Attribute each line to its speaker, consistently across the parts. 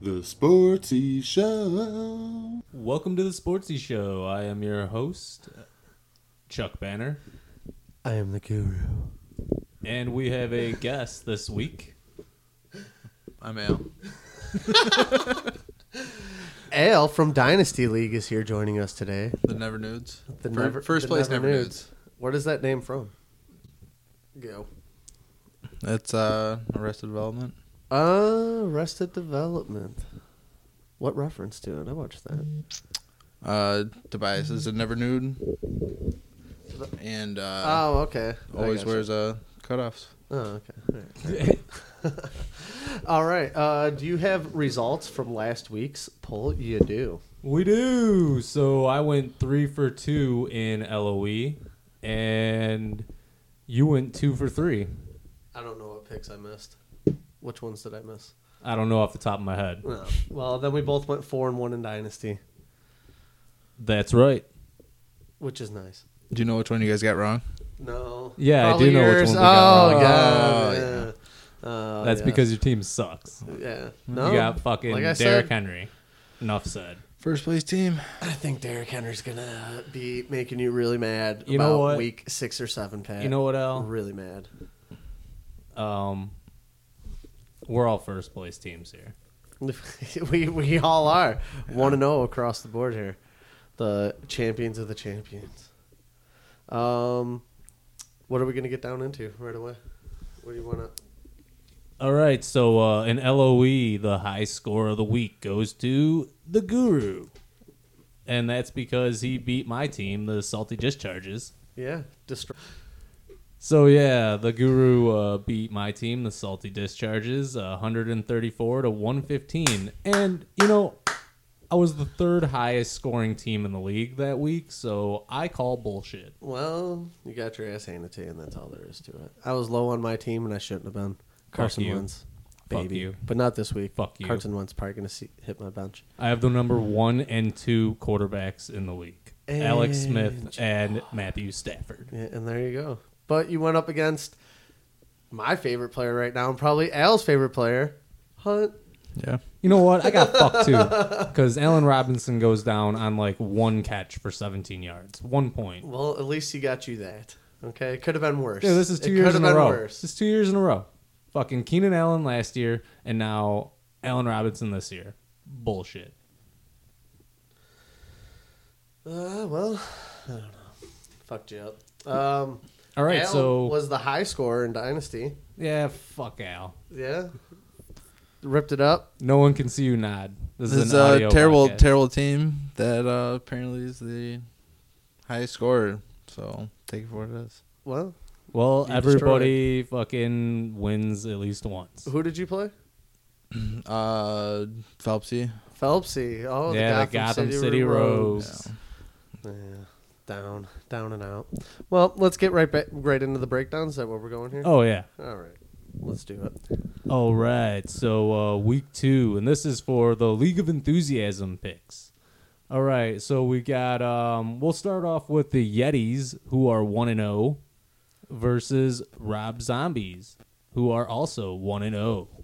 Speaker 1: The Sportsy Show.
Speaker 2: Welcome to the Sportsy Show. I am your host, Chuck Banner,
Speaker 3: I am the guru.
Speaker 2: and we have a guest this week.
Speaker 4: I'm out.
Speaker 3: Ale from Dynasty League is here joining us today.
Speaker 4: The Never Nudes.
Speaker 3: The
Speaker 4: Fir-
Speaker 3: never,
Speaker 4: first
Speaker 3: the
Speaker 4: place
Speaker 3: never
Speaker 4: Never, Nudes.
Speaker 3: Where does that name from? Go.
Speaker 4: That's uh, Arrested Development.
Speaker 3: Uh, Arrested Development. What reference to it? I watched that.
Speaker 4: Uh, Tobias is a Never Nude, and uh,
Speaker 3: oh, okay. I
Speaker 4: always
Speaker 3: gotcha.
Speaker 4: wears uh cutoffs.
Speaker 3: Oh, okay. All right. All right. Uh, do you have results from last week's poll? You do.
Speaker 2: We do. So I went three for two in LOE, and you went two for three.
Speaker 3: I don't know what picks I missed. Which ones did I miss?
Speaker 2: I don't know off the top of my head.
Speaker 3: No. Well, then we both went four and one in Dynasty,
Speaker 2: That's right.
Speaker 3: which is nice.
Speaker 4: Do you know which one you guys got wrong?
Speaker 3: No.
Speaker 2: Yeah, I do know which
Speaker 3: Probably yours.
Speaker 2: one we got
Speaker 3: Oh,
Speaker 2: wrong.
Speaker 3: God.
Speaker 4: Oh,
Speaker 3: yeah. Oh,
Speaker 2: That's
Speaker 3: yeah.
Speaker 2: because your team sucks.
Speaker 3: Yeah. No.
Speaker 2: You got fucking
Speaker 3: Like I
Speaker 2: Derrick
Speaker 3: said-
Speaker 2: Henry. Enough said.
Speaker 4: First place team.
Speaker 3: I think Derrick Henry's gonna be making you really mad.
Speaker 2: You know
Speaker 3: about
Speaker 2: what?
Speaker 3: Week six or seven, Pat.
Speaker 2: You know what, Al?
Speaker 3: Really mad.
Speaker 2: Um, we're all first place teams here.
Speaker 3: we we all are one and zero across the board here. The champions of the champions. Um, what are we gonna get down into right away? What do you wanna?
Speaker 2: All right, so uh, in LOE, the high score of the week goes to the Guru, and that's because he beat my team, the Salty Discharges.
Speaker 3: Yeah. Destroy.
Speaker 2: So yeah, the Guru uh, beat my team, the Salty Discharges, uh, 134 to 115, and you know, I was the third highest scoring team in the league that week, so I call bullshit.
Speaker 3: Well, you got your ass handed to you, and that's all there is to it. I was low on my team, and I shouldn't have been. Carson
Speaker 2: you.
Speaker 3: Wentz,
Speaker 2: Fuck
Speaker 3: baby,
Speaker 2: you.
Speaker 3: but not this week.
Speaker 2: Fuck you.
Speaker 3: Carson Wentz probably gonna see, hit my bench.
Speaker 2: I have the number one and two quarterbacks in the league, Alex Smith and Matthew Stafford.
Speaker 3: Yeah, and there you go. But you went up against my favorite player right now, and probably Al's favorite player, Hunt.
Speaker 4: Yeah.
Speaker 2: You know what? I got fucked too because Allen Robinson goes down on like one catch for 17 yards, one point.
Speaker 3: Well, at least he got you that. Okay, it could have been worse.
Speaker 2: Dude, this is
Speaker 3: It
Speaker 2: two years
Speaker 3: could have
Speaker 2: in a
Speaker 3: been
Speaker 2: row.
Speaker 3: worse.
Speaker 2: This is two years in a row. Fucking Keenan Allen last year, and now Allen Robinson this year. Bullshit.
Speaker 3: Uh, well, I don't know. Fucked you up. Um,
Speaker 2: All right,
Speaker 3: Al
Speaker 2: so
Speaker 3: was the high scorer in Dynasty.
Speaker 2: yeah, fuck Al.
Speaker 3: Yeah, ripped it up.
Speaker 2: No one can see you nod. This,
Speaker 4: This
Speaker 2: is
Speaker 4: is
Speaker 2: an audio
Speaker 4: a terrible,
Speaker 2: podcast.
Speaker 4: terrible team that uh, apparently is the highest scorer. So take it for what it is.
Speaker 3: Well,
Speaker 2: Well,
Speaker 4: You destroyed
Speaker 2: everybody fucking wins at least once.
Speaker 3: who did you play?
Speaker 4: Uh, Phelpsy.
Speaker 3: Phelpsy. Oh,
Speaker 2: yeah,
Speaker 3: the Gotham, City,
Speaker 2: Rogues.
Speaker 3: Rogues. Yeah, down, down and out. Well, let's get right back, right into the breakdown. Is that where we're going here?
Speaker 2: Oh yeah.
Speaker 3: All right, let's do it.
Speaker 2: All right, so uh, week two, and this is for the League of Enthusiasm picks. All right, so we got. Um, we'll start off with the Yetis, who are one and zero, versus Rob Zombies, who are also one and oh. zero.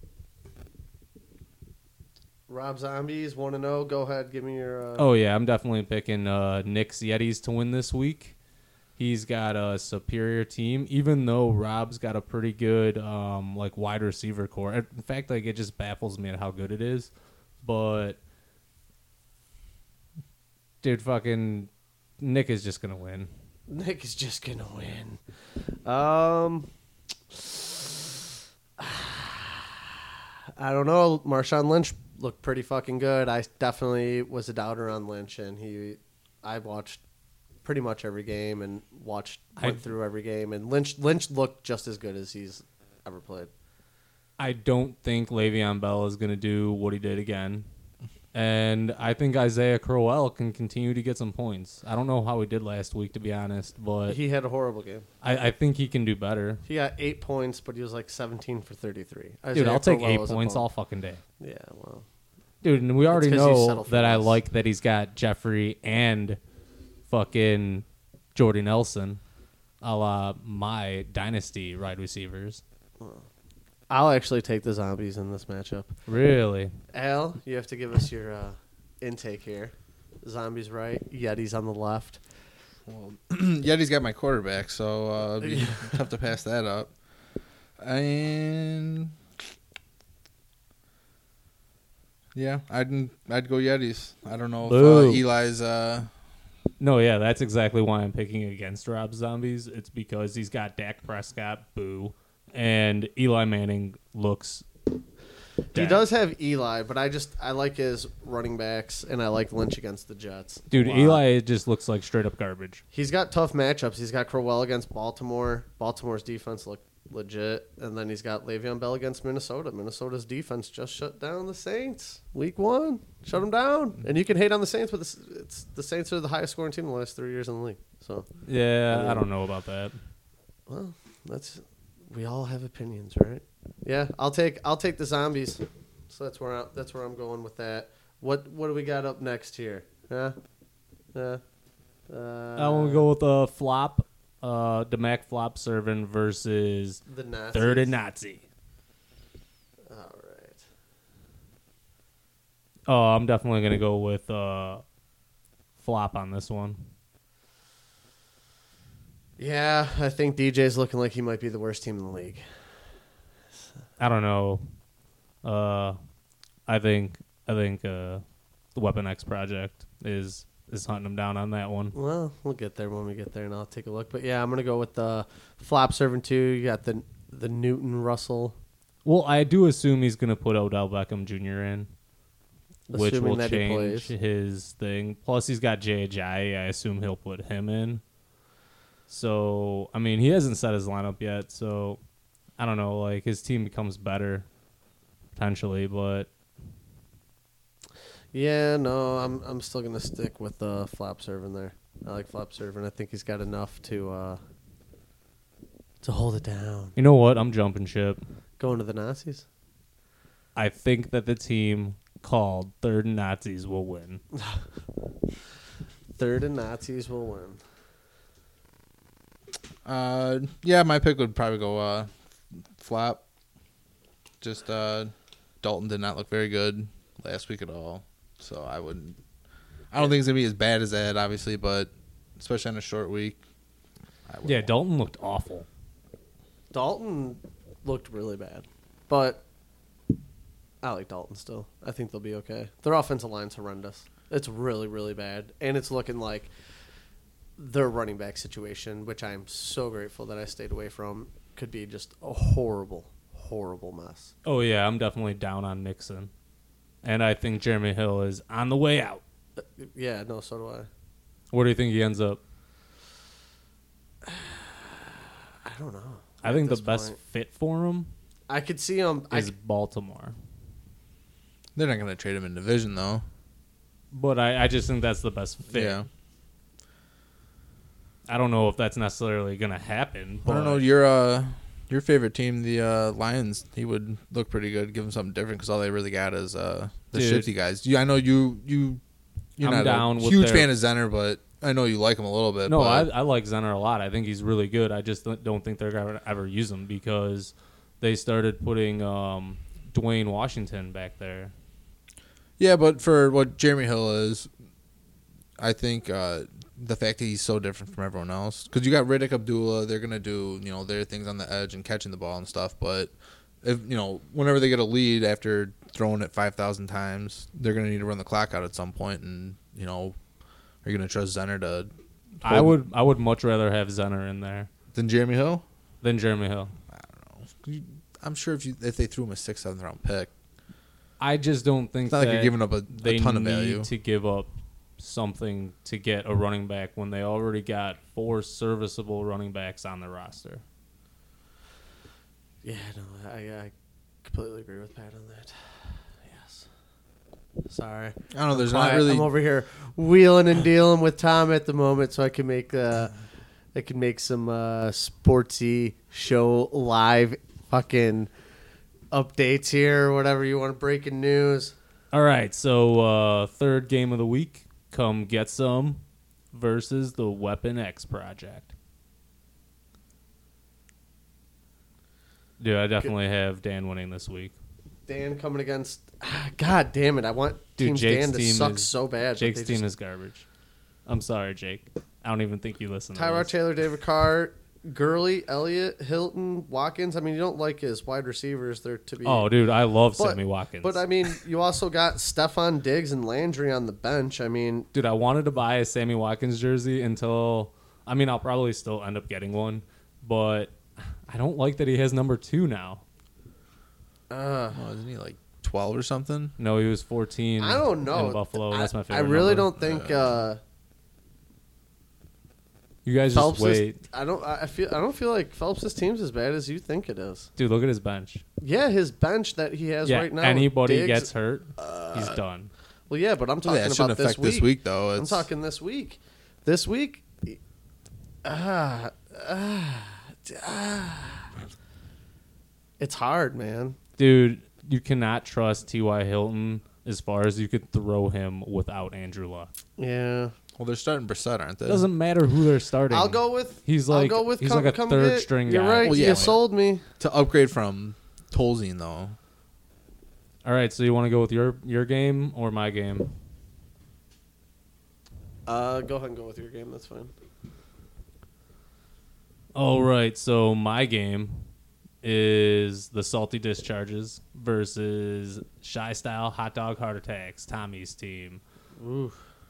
Speaker 3: Rob Zombies one and zero. Go ahead, give me your. Uh,
Speaker 2: Oh yeah, I'm definitely picking uh, Nick's Yetis to win this week. He's got a superior team, even though Rob's got a pretty good um, like wide receiver core. In fact, like it just baffles me at how good it is. But dude, fucking Nick is just gonna win.
Speaker 3: Nick is just gonna win. Um, I don't know. Marshawn Lynch looked pretty fucking good. I definitely was a doubter on Lynch, and he, I watched pretty much every game and watched went
Speaker 2: I-
Speaker 3: through every game, and Lynch Lynch looked just as good as he's ever played.
Speaker 2: I don't think Le'Veon Bell is gonna do what he did again. And I think Isaiah Crowell can continue to get some points. I don't know how he did last week, to be honest, but
Speaker 3: He had a horrible game.
Speaker 2: I, I think he can do better.
Speaker 3: He got eight points, but he was like seventeen for thirty-three.
Speaker 2: Dude,
Speaker 3: Isaiah
Speaker 2: I'll take
Speaker 3: Crowell
Speaker 2: eight
Speaker 3: was a
Speaker 2: points
Speaker 3: bum.
Speaker 2: all fucking day.
Speaker 3: Yeah, well,
Speaker 2: Dude, and we already
Speaker 3: 'cause you
Speaker 2: know
Speaker 3: settle for
Speaker 2: that I
Speaker 3: less.
Speaker 2: like that he's got Jeffrey and fucking Jordy Nelson, a la my dynasty wide receivers.
Speaker 3: I'll actually take the zombies in this matchup.
Speaker 2: Really?
Speaker 3: Al, you have to give us your uh, intake here. Zombies right, Yetis on the left.
Speaker 4: Well, Yeti's got my quarterback, so uh, it'd be tough to pass that up. And yeah, I'd I'd go Yetis. I don't know if uh,
Speaker 2: Boo.
Speaker 4: Eli's. Uh,
Speaker 2: No, yeah, that's exactly why I'm picking against Rob Zombies. It's because he's got Dak Prescott, boo, and Eli Manning looks.
Speaker 3: He
Speaker 2: dead.
Speaker 3: does have Eli, but I just I like his running backs, and I like Lynch against the Jets.
Speaker 2: Dude,
Speaker 3: Wow.
Speaker 2: Eli just looks like straight up garbage.
Speaker 3: He's got tough matchups. He's got Crowell against Baltimore. Baltimore's defense looked legit, and then he's got Le'Veon Bell against Minnesota. Minnesota's defense just shut down the Saints week one. Shut them down, and you can hate on the Saints, but the, S- it's the Saints are the highest scoring team in the last three years in the league. So,
Speaker 2: Yeah, I don't know about that.
Speaker 3: well, that's we all have opinions, right? Yeah, I'll take I'll take the zombies. So that's where I, that's where I'm going with that. What what do we got up next here? Huh? Uh, uh,
Speaker 2: I want to go with a flop, uh, Demac flop serving versus
Speaker 3: the Nazis.
Speaker 2: third and Nazi.
Speaker 3: All right.
Speaker 2: Oh, I'm definitely gonna go with uh, flop on this one.
Speaker 3: Yeah, I think DJ's looking like he might be the worst team in the league.
Speaker 2: I don't know. Uh, I think I think uh, the Weapon X project is is hunting him down on that one.
Speaker 3: Well, we'll get there when we get there, and I'll take a look. But yeah, I'm gonna go with the flop serving two. You got the the Newton Russell,
Speaker 2: Well, I do assume he's gonna put Odell Beckham Jr. in, which
Speaker 3: Assuming
Speaker 2: will
Speaker 3: that he
Speaker 2: change
Speaker 3: plays.
Speaker 2: his thing. Plus, he's got Jay Ajayi. I assume he'll put him in. So, I mean, he hasn't set his lineup yet. So, I don't know. Like his team becomes better potentially, but
Speaker 3: Yeah, no, I'm I'm still gonna stick with uh, Flop Serving there. I like Flop Serving. I think he's got enough to uh, to hold it down.
Speaker 2: you know what? I'm jumping ship.
Speaker 3: Going to the Nazis.
Speaker 2: I think that the team called Third and Nazis will win.
Speaker 3: Third and Nazis will win.
Speaker 4: uh, yeah, my pick would probably go uh, flop. Just uh, Dalton did not look very good last week at all, so I wouldn't. I don't think it's gonna be as bad as that, obviously, but especially on a short week. I would
Speaker 2: Yeah,
Speaker 4: want-
Speaker 2: Dalton looked awful.
Speaker 3: Dalton looked really bad, but I like Dalton still. I think they'll be okay. Their offensive line's horrendous. It's really, really bad, and it's looking like their running back situation, which I'm so grateful that I stayed away from, could be just a horrible, horrible mess.
Speaker 2: Oh yeah, I'm definitely down on Nixon, and I think Jeremy Hill is on the way out.
Speaker 3: Yeah, no, so do I.
Speaker 2: Where do you think he ends up?
Speaker 3: I don't know.
Speaker 2: I
Speaker 3: At
Speaker 2: think the
Speaker 3: this
Speaker 2: best
Speaker 3: point.
Speaker 2: fit for him
Speaker 3: I could see him. I,
Speaker 2: is Baltimore,
Speaker 4: They're not gonna trade him in division though.
Speaker 2: but I, I just think that's the best fit.
Speaker 4: Yeah.
Speaker 2: I don't know if that's necessarily gonna happen.
Speaker 4: I
Speaker 2: But
Speaker 4: don't know your uh your favorite team, the uh, Lions. He would look pretty good. Give him something different because all they really got is uh the
Speaker 2: Dude.
Speaker 4: shifty guys. You, I know you you you're
Speaker 2: I'm
Speaker 4: not
Speaker 2: down
Speaker 4: a
Speaker 2: with
Speaker 4: huge
Speaker 2: their-
Speaker 4: fan of Zenner, but I know you like him a little bit.
Speaker 2: No, I,
Speaker 4: but
Speaker 2: I like Zenner a lot. I think he's really good. I just don't- don't think they're gonna ever use him because they started putting um, Dwayne Washington back there.
Speaker 4: yeah, but for what Jeremy Hill is, I think uh the fact that he's so different from everyone else because you got Riddick Abdullah. They're gonna do you know their things on the edge and catching the ball and stuff, but. If you know, whenever they get a lead after throwing it five thousand times, they're gonna need to run the clock out at some point, and you know, are you gonna trust Zenner to
Speaker 2: I would I would much rather have Zenner in there
Speaker 4: than Jeremy Hill.
Speaker 2: than Jeremy Hill.
Speaker 4: I'm sure if you if they threw him a sixth, seventh round pick,
Speaker 2: I just don't think
Speaker 4: it's not like
Speaker 2: that
Speaker 4: you're giving up a,
Speaker 2: they
Speaker 4: a ton of
Speaker 2: need
Speaker 4: value.
Speaker 2: to give up something to get a running back when they already got four serviceable running backs on the roster.
Speaker 3: yeah, no, I, I completely agree with Pat on that. Yes. Sorry.
Speaker 4: I don't know. There's
Speaker 3: Quiet.
Speaker 4: not really.
Speaker 3: I'm over here wheeling and dealing with Tom at the moment, so I can make uh, I can make some uh, sportsy show live fucking updates here, or whatever you want. Breaking news.
Speaker 2: All right, so uh, third game of the week, come get some versus the Weapon X Project. Dude, I definitely have Dan winning this week.
Speaker 3: Dan coming against. ah, God damn it! I want
Speaker 2: Dude,
Speaker 3: Team
Speaker 2: Jake's
Speaker 3: Dan to
Speaker 2: team
Speaker 3: suck
Speaker 2: is-
Speaker 3: so bad. but
Speaker 2: Jake's
Speaker 3: they
Speaker 2: team
Speaker 3: just-
Speaker 2: is garbage. I'm sorry, Jake. I don't even think you listen. to
Speaker 3: Tyrod
Speaker 2: this.
Speaker 3: Taylor, David Carr, Gurley, Elliott, Hilton, Watkins. I mean, you don't like his wide receivers. They're to be.
Speaker 2: Oh, dude, I love
Speaker 3: But-
Speaker 2: Sammy Watkins.
Speaker 3: But I mean, you also got Stefan Diggs and Landry on the bench. I mean,
Speaker 2: dude, I wanted to buy a Sammy Watkins jersey until I mean, I'll probably still end up getting one, but I don't like that he has number two now.
Speaker 3: uh,
Speaker 4: Oh, isn't he like twelve or something?
Speaker 2: No, he was 14.
Speaker 3: I don't know.
Speaker 2: In Buffalo,
Speaker 3: I,
Speaker 2: that's my favorite.
Speaker 3: I really
Speaker 2: number.
Speaker 3: don't think uh,
Speaker 2: You guys just
Speaker 3: Phelps. Is,
Speaker 2: wait,
Speaker 3: I don't. I I feel. I don't feel like Phelps' team's as bad as you think it is.
Speaker 2: dude. Look at his bench.
Speaker 3: Yeah, his bench that he has
Speaker 2: yeah,
Speaker 3: right now.
Speaker 2: anybody
Speaker 3: Diggs- uh,
Speaker 2: gets hurt, he's done.
Speaker 3: Well, yeah, but I'm
Speaker 4: Well,
Speaker 3: talking
Speaker 4: that
Speaker 3: about
Speaker 4: Oh, shouldn't
Speaker 3: this
Speaker 4: affect
Speaker 3: week.
Speaker 4: this week though.
Speaker 3: I'm
Speaker 4: It's-
Speaker 3: talking this week. This week. Ah, ah, ah. It's hard, man.
Speaker 2: Dude, you cannot trust T.Y. Hilton as far as you could throw him without Andrew Luck.
Speaker 3: Yeah.
Speaker 4: Well, they're starting Brissett, aren't they?
Speaker 2: Doesn't matter who they're starting.
Speaker 3: Uh, I'll go with.
Speaker 2: He's
Speaker 3: I'll
Speaker 2: like-
Speaker 3: go with
Speaker 2: he's
Speaker 3: come,
Speaker 2: like a
Speaker 3: come
Speaker 2: third
Speaker 3: get-
Speaker 2: string
Speaker 3: You're
Speaker 2: guy.
Speaker 3: right.
Speaker 4: Well, yeah.
Speaker 3: You sold me.
Speaker 4: to upgrade from Tolzien though.
Speaker 2: All right, so you want to go with your your game or my game?
Speaker 3: Uh, go ahead and go with your game. That's fine.
Speaker 2: All Oh, right, so my game is the salty discharges versus shy style hot dog heart attacks. Tommy's team.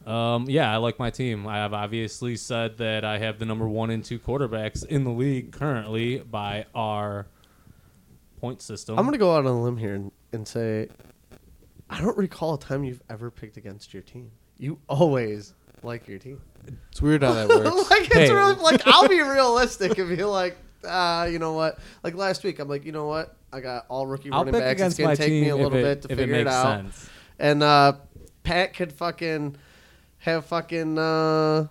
Speaker 2: Um, yeah, I like my team. I have obviously said that I have the number one and two quarterbacks in the league currently by our point system.
Speaker 3: I'm gonna go out on a limb here and, and say, I don't recall a time you've ever picked against your team. You always like your team.
Speaker 4: It's weird how that works.
Speaker 3: like it's
Speaker 2: Hey.
Speaker 3: really like I'll be realistic and be like, uh, you know what? Like last week, I'm like, you know what? I got all rookie
Speaker 2: I'll
Speaker 3: running
Speaker 2: pick
Speaker 3: backs. It's
Speaker 2: against
Speaker 3: gonna
Speaker 2: my
Speaker 3: take
Speaker 2: team
Speaker 3: me a little
Speaker 2: if
Speaker 3: bit
Speaker 2: it,
Speaker 3: to
Speaker 2: if it
Speaker 3: figure it
Speaker 2: makes
Speaker 3: out.
Speaker 2: sense.
Speaker 3: And uh, Pat could fucking have fucking uh,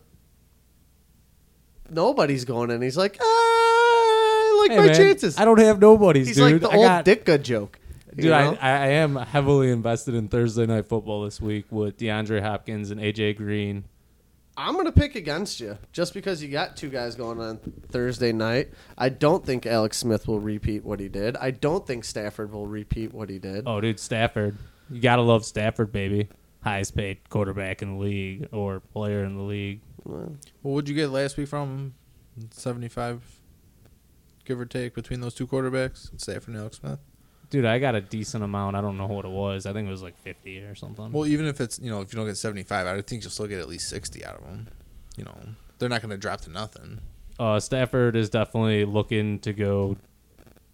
Speaker 3: nobody's going in. He's like, ah, I like
Speaker 2: Hey,
Speaker 3: my
Speaker 2: man,
Speaker 3: chances.
Speaker 2: I don't have nobody's,
Speaker 3: He's
Speaker 2: dude.
Speaker 3: like the
Speaker 2: I
Speaker 3: old
Speaker 2: got-
Speaker 3: Ditka joke. you
Speaker 2: Dude, I,
Speaker 3: know?
Speaker 2: I I am heavily invested in Thursday night football this week with DeAndre Hopkins and AJ Green.
Speaker 3: I'm gonna pick against you just because you got two guys going on Thursday night. I don't think Alex Smith will repeat what he did. I don't think Stafford will repeat what he did.
Speaker 2: Oh, dude, Stafford. You gotta love Stafford, baby. Highest paid quarterback in the league or player in the league.
Speaker 4: What would you get last week from seventy-five, give or take, between those two quarterbacks, Stafford and Alex Smith?
Speaker 2: Dude, I got a decent amount. I don't know what it was. I think it was like fifty or something.
Speaker 4: Well, even if it's you know if you don't get seventy-five, I would think you'll still get at least sixty out of them. You know, they're not going to drop to nothing.
Speaker 2: Uh, Stafford is definitely looking to go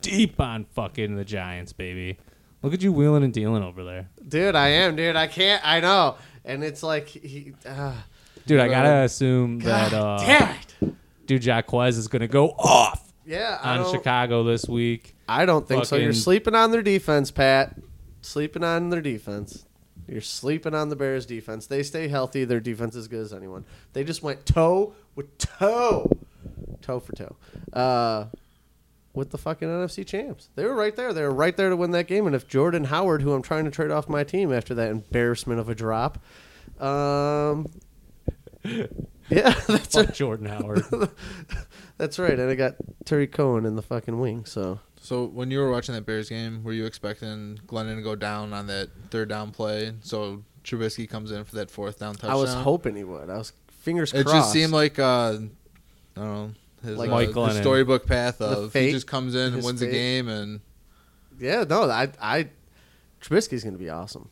Speaker 2: deep on fucking the Giants, baby. Look at you wheeling and dealing over there,
Speaker 3: Dude, I am, dude. I can't. I know. And it's like he. Uh,
Speaker 2: dude. I
Speaker 4: Right.
Speaker 2: gotta assume that
Speaker 3: God
Speaker 2: uh,
Speaker 3: damn it.
Speaker 2: dude Jacquez is gonna go off
Speaker 3: Yeah, I
Speaker 2: on
Speaker 3: don't,
Speaker 2: Chicago this week.
Speaker 3: I don't think so. You're
Speaker 2: Fucking-
Speaker 3: sleeping on their defense, Pat. Sleeping on their defense. You're sleeping on the Bears' defense. They stay healthy. Their defense is as good as anyone. They just went toe with toe, toe for toe, uh, with the fucking NFC champs. They were right there. They were right there to win that game. And if Jordan Howard, who I'm trying to trade off my team after that embarrassment of a drop, um, yeah, that's
Speaker 2: Fuck
Speaker 3: right.
Speaker 2: Jordan Howard.
Speaker 3: That's right. And I got Terry Cohen in the fucking wing. So.
Speaker 4: So when you were watching that Bears game, were you expecting Glennon to go down on that third down play? So Trubisky comes in for that fourth down touchdown.
Speaker 3: I was hoping he would. I was fingers
Speaker 4: It
Speaker 3: crossed.
Speaker 4: just seemed like uh, I don't know his,
Speaker 3: Like
Speaker 4: uh,
Speaker 2: Mike
Speaker 4: his
Speaker 2: Glennon.
Speaker 4: storybook path
Speaker 3: The
Speaker 4: of
Speaker 3: fate,
Speaker 4: he just comes in and
Speaker 3: his
Speaker 4: wins
Speaker 3: fate.
Speaker 4: the game and
Speaker 3: yeah, no, I, I, Trubisky's gonna be awesome.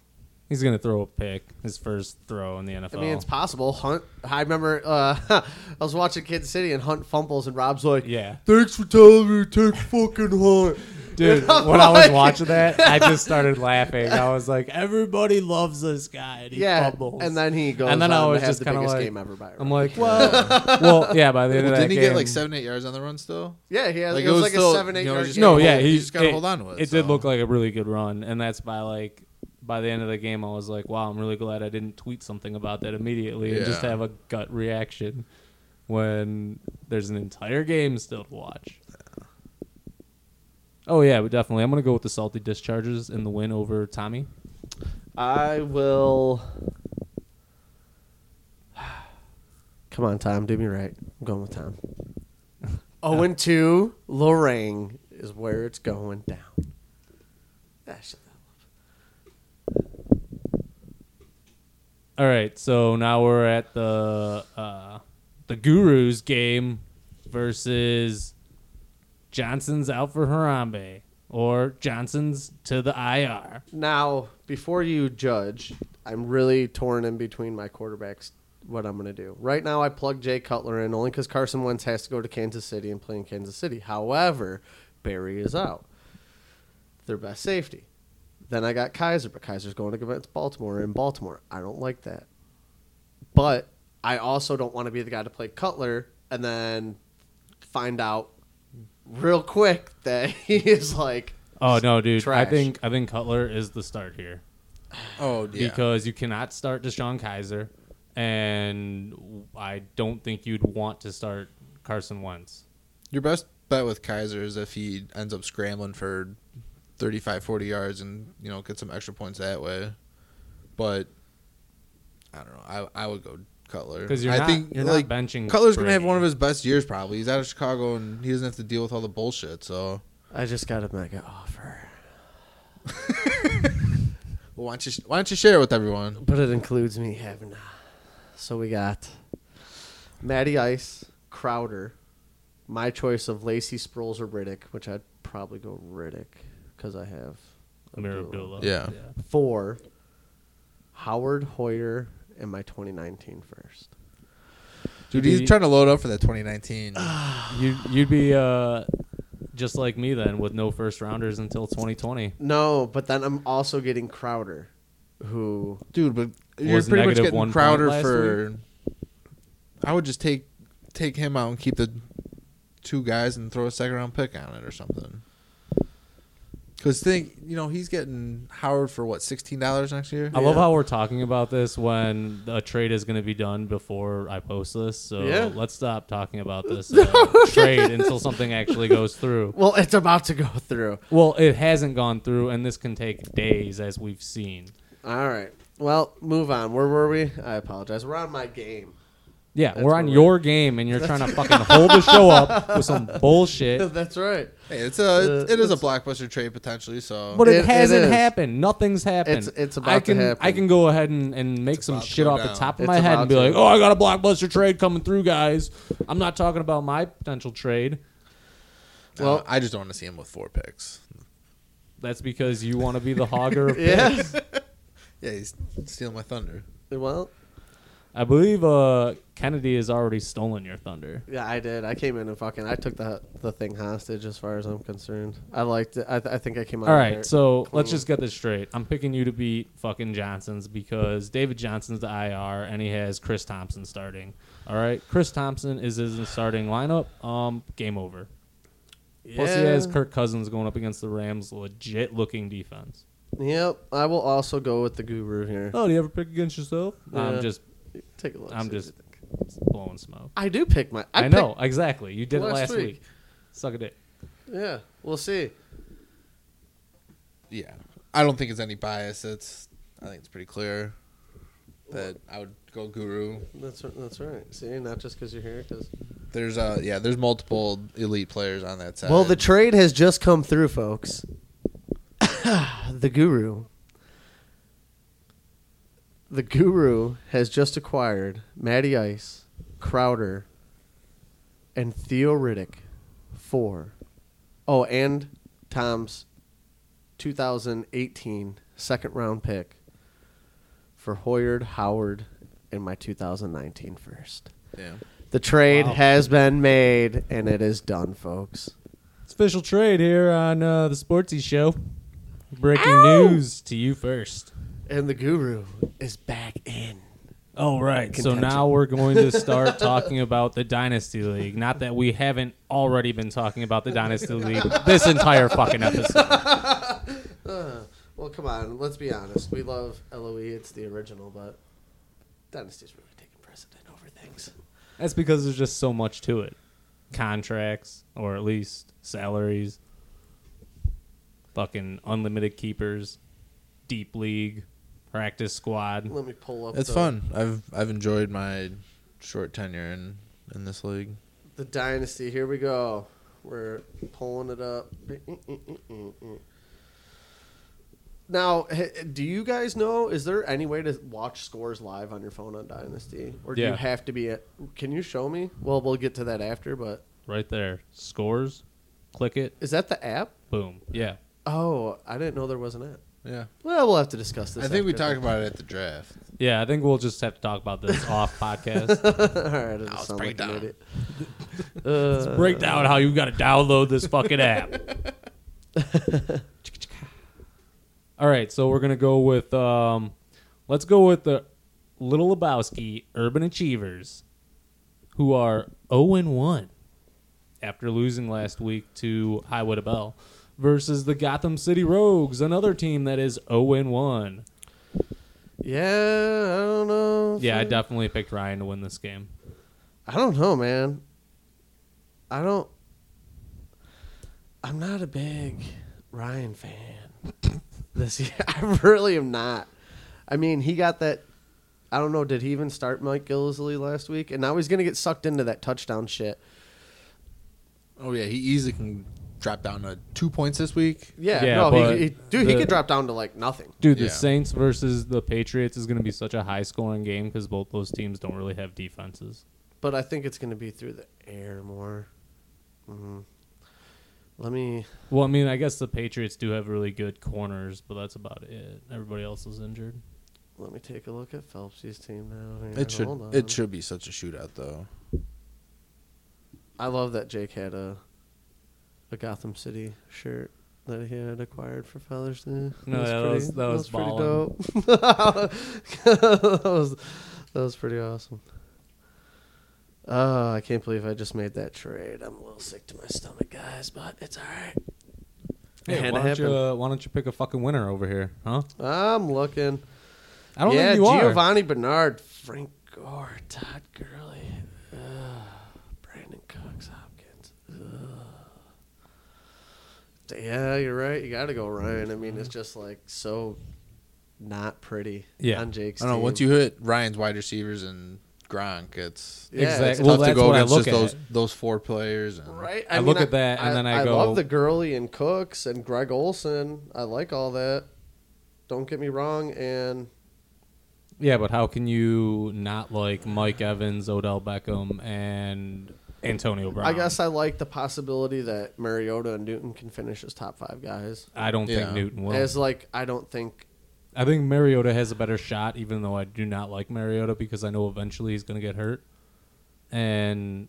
Speaker 2: He's gonna throw a pick, his first throw in the NFL.
Speaker 3: I mean, it's possible. Hunt. I remember uh, I was watching Kid City and Hunt fumbles, and Rob's like,
Speaker 2: yeah,
Speaker 3: "Thanks for telling me to take fucking Hunt."
Speaker 2: dude.
Speaker 3: And I'm
Speaker 2: When I was
Speaker 3: like-
Speaker 2: watching that, I just started laughing. I was like, everybody loves this guy, and he
Speaker 3: yeah,
Speaker 2: fumbles.
Speaker 3: and then he goes.
Speaker 2: And then
Speaker 3: on
Speaker 2: I
Speaker 3: to
Speaker 2: was
Speaker 3: have
Speaker 2: just
Speaker 3: the
Speaker 2: kinda
Speaker 3: biggest
Speaker 2: like-
Speaker 3: game ever by. a
Speaker 2: I'm
Speaker 3: run.
Speaker 2: like, well, well, yeah. By the end
Speaker 4: well,
Speaker 2: of that
Speaker 4: didn't he get like
Speaker 2: game-
Speaker 4: seven eight yards on the run still?
Speaker 3: yeah, he has,
Speaker 4: Like,
Speaker 3: it,
Speaker 4: it
Speaker 3: was
Speaker 4: was
Speaker 3: like
Speaker 4: still,
Speaker 3: a seven, eight
Speaker 4: you know,
Speaker 3: yard
Speaker 4: just
Speaker 3: game.
Speaker 2: No,
Speaker 4: Yeah,
Speaker 2: yeah,
Speaker 4: you
Speaker 2: he
Speaker 4: just gotta hold on to it,
Speaker 2: It did
Speaker 4: so.
Speaker 2: look like a really good run, and that's by like by the end of the game, I was like, wow, I'm really glad I didn't tweet something about that immediately and just
Speaker 4: Yeah.
Speaker 2: have a gut reaction when there's an entire game still to watch. Oh yeah, but definitely. I'm gonna go with the salty discharges in the win over Tommy.
Speaker 3: I will. Come on, Tom, do me right. I'm going with Tom. Oh, and two, Lorraine is where it's going down. Ah, shut up.
Speaker 2: All right, so now we're at the uh, the Gurus game versus Johnson's out for Harambe or Johnson's to the IR.
Speaker 3: Now, before you judge, I'm really torn in between my quarterbacks what I'm going to do. Right now, I plug Jay Cutler in only because Carson Wentz has to go to Kansas City and play in Kansas City. However, Barry is out, their best safety. Then I got Kaiser, but Kaiser's going to against Baltimore in Baltimore. I don't like that. But I also don't want to be the guy to play Cutler and then find out real quick that he is like
Speaker 2: Oh no, dude!
Speaker 3: Trash.
Speaker 2: I think I think Cutler is the start here
Speaker 4: Oh yeah.
Speaker 2: because you cannot start Deshaun Kaiser, and I don't think you'd want to start Carson Wentz.
Speaker 4: Your best bet with Kaiser is if he ends up scrambling for 35, 40 yards and, you know, get some extra points that way. But I don't know. I I would go Cutler.
Speaker 2: Because you're
Speaker 4: I
Speaker 2: not, you're not
Speaker 4: like
Speaker 2: benching.
Speaker 4: Cutler's going to have
Speaker 2: Brady.
Speaker 4: one of his best years probably. He's out of Chicago and he doesn't have to deal with all the bullshit. So,
Speaker 3: I just got a mega offer.
Speaker 4: well, why don't you why don't you share it with everyone?
Speaker 3: But it includes me having. a- So we got Matty Ice, Crowder, my choice of Lacey Sproles or Riddick, which I'd probably go Riddick because I have
Speaker 2: Amir Abdullah.
Speaker 4: Yeah.
Speaker 3: four, Howard Hoyer, and my 2019 first.
Speaker 4: Dude,
Speaker 2: Dude,
Speaker 4: he's
Speaker 2: he- Ah.
Speaker 4: trying to load up for that 2019.
Speaker 2: You you'd be uh, just like me then with no first rounders until 2020.
Speaker 3: No, but then I'm also getting Crowder, who
Speaker 4: Dude, but you're
Speaker 2: Was
Speaker 4: pretty much
Speaker 2: negative
Speaker 4: getting
Speaker 2: one
Speaker 4: Crowder
Speaker 2: point last
Speaker 4: for. I would just take take him out and keep the two guys and throw a second round pick on it or something. Because think you know he's getting Howard for what sixteen dollars next year.
Speaker 2: I love how we're talking about this when a trade is going to be done before I post this. So
Speaker 3: Yeah.
Speaker 2: let's stop talking about this uh, trade until something actually goes through.
Speaker 3: well, it's about to go through.
Speaker 2: Well, it hasn't gone through, and this can take days, as we've seen.
Speaker 3: All right. Well, move on. Where were we? I apologize. We're on my game.
Speaker 2: Yeah,
Speaker 3: That's
Speaker 2: we're on
Speaker 3: what we-
Speaker 2: your game, and you're trying to fucking hold the show up with some bullshit.
Speaker 3: That's right.
Speaker 4: Hey, it's a
Speaker 2: Uh,
Speaker 4: it is a blockbuster trade potentially. So
Speaker 2: But it,
Speaker 3: It- it
Speaker 2: hasn't
Speaker 3: is.
Speaker 2: happened. Nothing's happened.
Speaker 3: It's- it's
Speaker 2: I
Speaker 3: about to
Speaker 2: can, I
Speaker 3: happen.
Speaker 2: can go ahead and, and make some
Speaker 4: about to
Speaker 2: shit
Speaker 4: go
Speaker 2: off the
Speaker 4: down.
Speaker 2: top of
Speaker 3: It's
Speaker 2: my head and
Speaker 3: about
Speaker 2: be
Speaker 3: to.
Speaker 2: like, oh, I got a blockbuster trade coming through, guys. I'm not talking about my potential trade.
Speaker 4: well, I just don't want to see him with four picks.
Speaker 2: That's because you want to be the hogger. of
Speaker 3: Yeah.
Speaker 4: Yeah, he's stealing my thunder.
Speaker 3: well,
Speaker 2: I believe uh, Kennedy has already stolen your thunder.
Speaker 3: Yeah, I did. I came in and fucking I took the the thing hostage as far as I'm concerned. I liked it. I, th- I think I came out.
Speaker 2: All
Speaker 3: of
Speaker 2: right,
Speaker 3: there-
Speaker 2: so let's
Speaker 3: Cool.
Speaker 2: just get this straight. I'm picking you to beat fucking Johnson's because David Johnson's the IR and he has Chris Thompson starting. All right, Chris Thompson is in the starting lineup. Um, game over. Plus, he has Kirk Cousins going up against the Rams, legit looking defense.
Speaker 3: Yep. I will also go with the guru here.
Speaker 2: Oh, do you ever pick against yourself?
Speaker 3: Yeah.
Speaker 2: I'm just
Speaker 3: Take a look.
Speaker 2: I'm
Speaker 3: see what
Speaker 2: just-
Speaker 3: you think.
Speaker 2: blowing smoke.
Speaker 3: I do pick my. I,
Speaker 2: I, know exactly. You did it last
Speaker 3: last week.
Speaker 2: week. Suck a dick.
Speaker 3: picked- yeah. We'll see.
Speaker 4: Yeah, I don't think it's any bias. It's I think it's pretty clear that I would go Guru.
Speaker 3: That's r- that's right. See, not just because you're here. Cause
Speaker 4: There's uh yeah, there's multiple elite players on that side.
Speaker 3: well, the trade has just come through, folks. the guru. The guru has just acquired Matty Ice, Crowder, and Theo Riddick for. Oh, and Tom's 2018 second round pick for Hoyard, Howard, and my 2019 first.
Speaker 4: yeah.
Speaker 3: The trade
Speaker 2: Wow.
Speaker 3: has been made, and it is done, folks.
Speaker 2: It's official trade here on uh, the Sportsy Show. Breaking news to you first.
Speaker 3: And the guru is back in.
Speaker 2: All right.
Speaker 3: Contention.
Speaker 2: So now we're going to start talking about the Dynasty League. Not that we haven't already been talking about the Dynasty League this entire fucking episode.
Speaker 3: Well, come on, let's be honest. We love LOE, it's the original, but Dynasty's really taking precedent over things.
Speaker 2: That's because there's just so much to it. Contracts, or at least salaries, fucking unlimited keepers, deep league, practice squad.
Speaker 3: Let me pull up
Speaker 4: It's
Speaker 3: the,
Speaker 4: fun. I've I've enjoyed my short tenure in in this league.
Speaker 3: the Dynasty. Here we go. We're pulling it up. Now, h- do you guys know? Is there any way to watch scores live on your phone on Dynasty, or do you
Speaker 2: Yeah.
Speaker 3: have to be? At, can you show me? Well, we'll get to that after. But
Speaker 2: Right there. Scores. Click it.
Speaker 3: is that the app?
Speaker 2: Boom. Yeah.
Speaker 3: Oh, I didn't know there was an app.
Speaker 4: Yeah.
Speaker 3: Well, we'll have to discuss this.
Speaker 4: I think we
Speaker 3: after.
Speaker 4: talked about it at the draft.
Speaker 2: Yeah, I think we'll just have to talk about this off podcast.
Speaker 3: All right, I
Speaker 4: let's
Speaker 3: sound
Speaker 4: break
Speaker 3: like an
Speaker 4: down.
Speaker 3: idiot. Uh,
Speaker 2: Break down how you got to download this fucking app. All right, so we're gonna go with um, let's go with the Little Lebowski Urban Achievers, who are zero and one after losing last week to Highwood Bell, versus the Gotham City Rogues, another team that is zero and one.
Speaker 3: Yeah, I don't know.
Speaker 2: Yeah, I definitely picked Ryan to win this game.
Speaker 3: I don't know, man. I don't. I'm not a big Ryan fan this year. I really am not. I mean, he got that. I don't know. Did he even start Mike Gillisley last week? And now he's gonna get sucked into that touchdown shit.
Speaker 4: Oh yeah, he easily can drop down to two points this week.
Speaker 3: Yeah,
Speaker 2: Yeah,
Speaker 3: no,
Speaker 2: but
Speaker 3: he, he, dude, he
Speaker 2: the-
Speaker 3: could drop down to like nothing.
Speaker 2: Dude, the
Speaker 4: Yeah.
Speaker 2: Saints versus the Patriots is going to be such a high scoring game because both those teams don't really have defenses.
Speaker 3: But I think it's gonna be through the air more. Mhm. Let me.
Speaker 2: Well, I mean, I guess the Patriots do have really good corners, but that's about it. Everybody else is injured.
Speaker 3: Let me take a look at Phelps's team now. here.
Speaker 4: It should
Speaker 3: Hold on.
Speaker 4: it should be such a shootout though.
Speaker 3: I love that Jake had a a Gotham City shirt that he had acquired for Fellerston.
Speaker 2: No, that was- that was
Speaker 3: pretty dope. that was that was pretty awesome. Oh, I can't believe I just made that trade. I'm a little sick to my stomach, guys, but it's all right. It
Speaker 2: Hey,
Speaker 3: had
Speaker 2: why
Speaker 3: to
Speaker 2: don't, you,
Speaker 3: happen.
Speaker 2: uh, why don't you pick a fucking winner over here, huh?
Speaker 3: I'm looking.
Speaker 2: I don't
Speaker 3: yeah,
Speaker 2: think you are.
Speaker 3: Giovanni Bernard, Frank Gore, Todd Gurley, Ugh. Brandon Cooks, Hopkins. Ugh. Yeah, you're right. You got to go Ryan. I mean, it's just like so not pretty
Speaker 2: Yeah.
Speaker 3: on Jake's.
Speaker 4: I don't know.
Speaker 3: team.
Speaker 4: Once you hit Ryan's wide receivers and Gronk, it's
Speaker 3: Yeah,
Speaker 2: Exact-
Speaker 3: it's
Speaker 4: tough
Speaker 2: well,
Speaker 4: to
Speaker 2: that's
Speaker 4: go
Speaker 2: what I
Speaker 4: against
Speaker 2: look
Speaker 4: just
Speaker 2: at.
Speaker 4: those those four players. And
Speaker 3: right,
Speaker 2: I look at that and then I go-
Speaker 3: love the Gurley and Cooks and Greg Olson. I like all that. Don't get me wrong. And
Speaker 2: Yeah, but how can you not like Mike Evans, Odell Beckham, and Antonio Brown?
Speaker 3: I guess I like the possibility that Mariota and Newton can finish as top five guys.
Speaker 2: I don't
Speaker 4: Yeah.
Speaker 2: think Newton will.
Speaker 3: As like, I don't think
Speaker 2: I think Mariota has a better shot, even though I do not like Mariota because I know eventually he's going to get hurt. And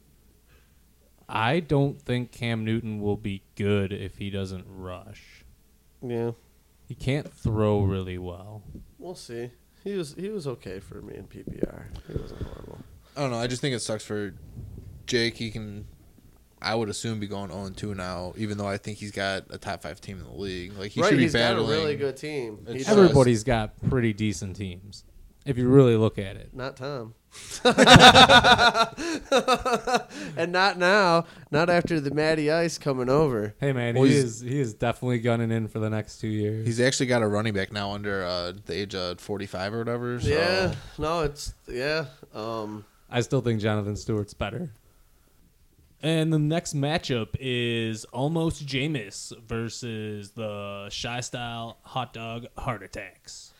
Speaker 2: I don't think Cam Newton will be good if he doesn't rush.
Speaker 3: Yeah,
Speaker 2: He can't throw really well.
Speaker 3: we'll see. He was he was okay for me in PPR. He wasn't horrible.
Speaker 4: I don't know. I just think it sucks for Jake. He can, I would assume, be going 0 2 now, even though I think he's got a top five team in the league. Like, he
Speaker 3: right,
Speaker 4: should be
Speaker 3: he's
Speaker 4: battling.
Speaker 3: got a really good team. He
Speaker 4: It's
Speaker 3: does.
Speaker 4: everybody-
Speaker 2: Everybody's got pretty decent teams if you really look at it.
Speaker 3: not Tom. and not now. Not after the Matty Ice coming over.
Speaker 2: Hey man,
Speaker 4: Well,
Speaker 2: he
Speaker 4: he's-
Speaker 2: is he is definitely gunning in for the next two years.
Speaker 4: He's actually got a running back now under uh, the age of 45 or whatever. So.
Speaker 3: Yeah. No, it's yeah. Um
Speaker 2: I still think Jonathan Stewart's better. And the next matchup is almost Jameis versus the Shy Style Hot Dog Heart Attacks.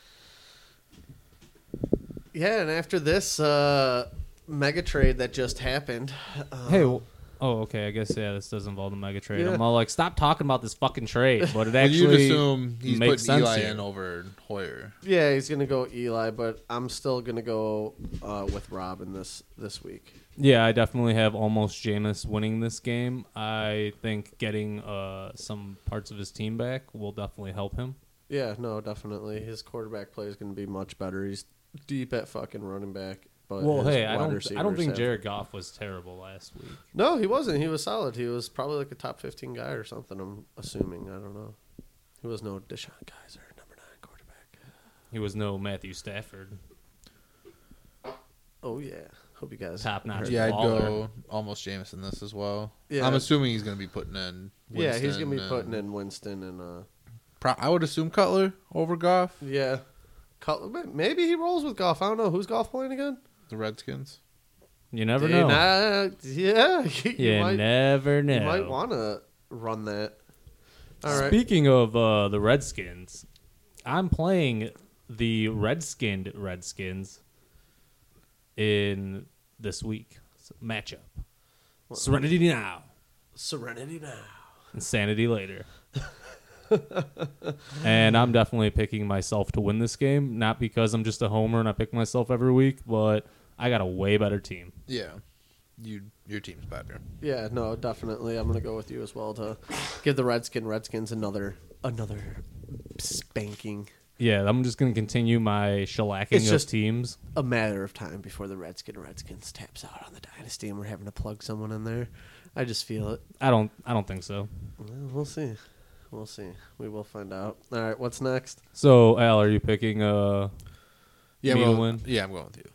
Speaker 3: yeah, and after this uh mega trade that just happened. Uh,
Speaker 2: Hey, w oh, okay. I guess yeah, this does involve the mega trade.
Speaker 3: Yeah.
Speaker 2: I'm all like, stop talking about this fucking trade, but it
Speaker 4: Well,
Speaker 2: actually
Speaker 4: you'd
Speaker 3: um,
Speaker 4: assume he's
Speaker 2: makes
Speaker 4: putting
Speaker 2: sense.
Speaker 4: Eli
Speaker 2: here.
Speaker 4: in over Hoyer.
Speaker 3: Yeah, he's gonna go Eli, but I'm still gonna go uh, with Robin this this week.
Speaker 2: Yeah, I definitely have almost Jameis winning this game. I think getting uh, some parts of his team back will definitely help him.
Speaker 3: Yeah, no, definitely. His quarterback play is going to be much better. He's deep at fucking running back. But
Speaker 2: Well,
Speaker 3: his
Speaker 2: hey, I
Speaker 3: wide
Speaker 2: don't, I don't
Speaker 3: receivers
Speaker 2: think
Speaker 3: have-
Speaker 2: Jared Goff was terrible last week.
Speaker 3: No, he wasn't. He was solid. He was probably like a top fifteen guy or something. I'm assuming. I don't know. He was no Deshaun Kaiser, number nine quarterback.
Speaker 2: He was no Matthew Stafford.
Speaker 3: Oh yeah, hope you guys
Speaker 2: Top notch.
Speaker 3: heard
Speaker 4: Yeah, I'd
Speaker 2: Waller.
Speaker 4: go almost Jameson this as well.
Speaker 3: Yeah.
Speaker 4: I'm assuming he's going to be putting in.
Speaker 3: that. Yeah, he's gonna be
Speaker 4: Winston
Speaker 3: putting
Speaker 4: and-
Speaker 3: in Winston and uh,
Speaker 4: Pro- I would assume Cutler over Goff,
Speaker 3: yeah, Cutler. Maybe he rolls with Goff. I don't know who's Goff playing again.
Speaker 4: the Redskins.
Speaker 2: You never
Speaker 3: Dude,
Speaker 2: know.
Speaker 3: nah, yeah, you, you
Speaker 2: you
Speaker 3: might,
Speaker 2: never know.
Speaker 3: you might want to run that. All right.
Speaker 2: Speaking of uh, the Redskins, I'm playing the Redskinned Redskins in this week It's a matchup. Serenity now,
Speaker 3: Serenity now.
Speaker 2: insanity later. and I'm definitely picking myself to win this game, not because I'm just a homer and I pick myself every week, but I got a way better team.
Speaker 4: Yeah, you your team's better.
Speaker 3: Yeah, no, definitely. I'm gonna go with you as well to give the Redskin Redskins another another spanking.
Speaker 2: Yeah, I'm just going to continue my shellacking
Speaker 3: It's
Speaker 2: of
Speaker 3: just-
Speaker 2: teams.
Speaker 3: A matter of time before the Redskin Redskins taps out on the dynasty, and we're having to plug someone in there. I just feel it.
Speaker 2: I don't I don't think so.
Speaker 3: Well, we'll see. We'll see. We will find out. All right, what's next?
Speaker 2: So, Al, are you picking uh
Speaker 4: Yeah,
Speaker 2: Me to
Speaker 4: well,
Speaker 2: win?
Speaker 4: yeah, I'm going with you.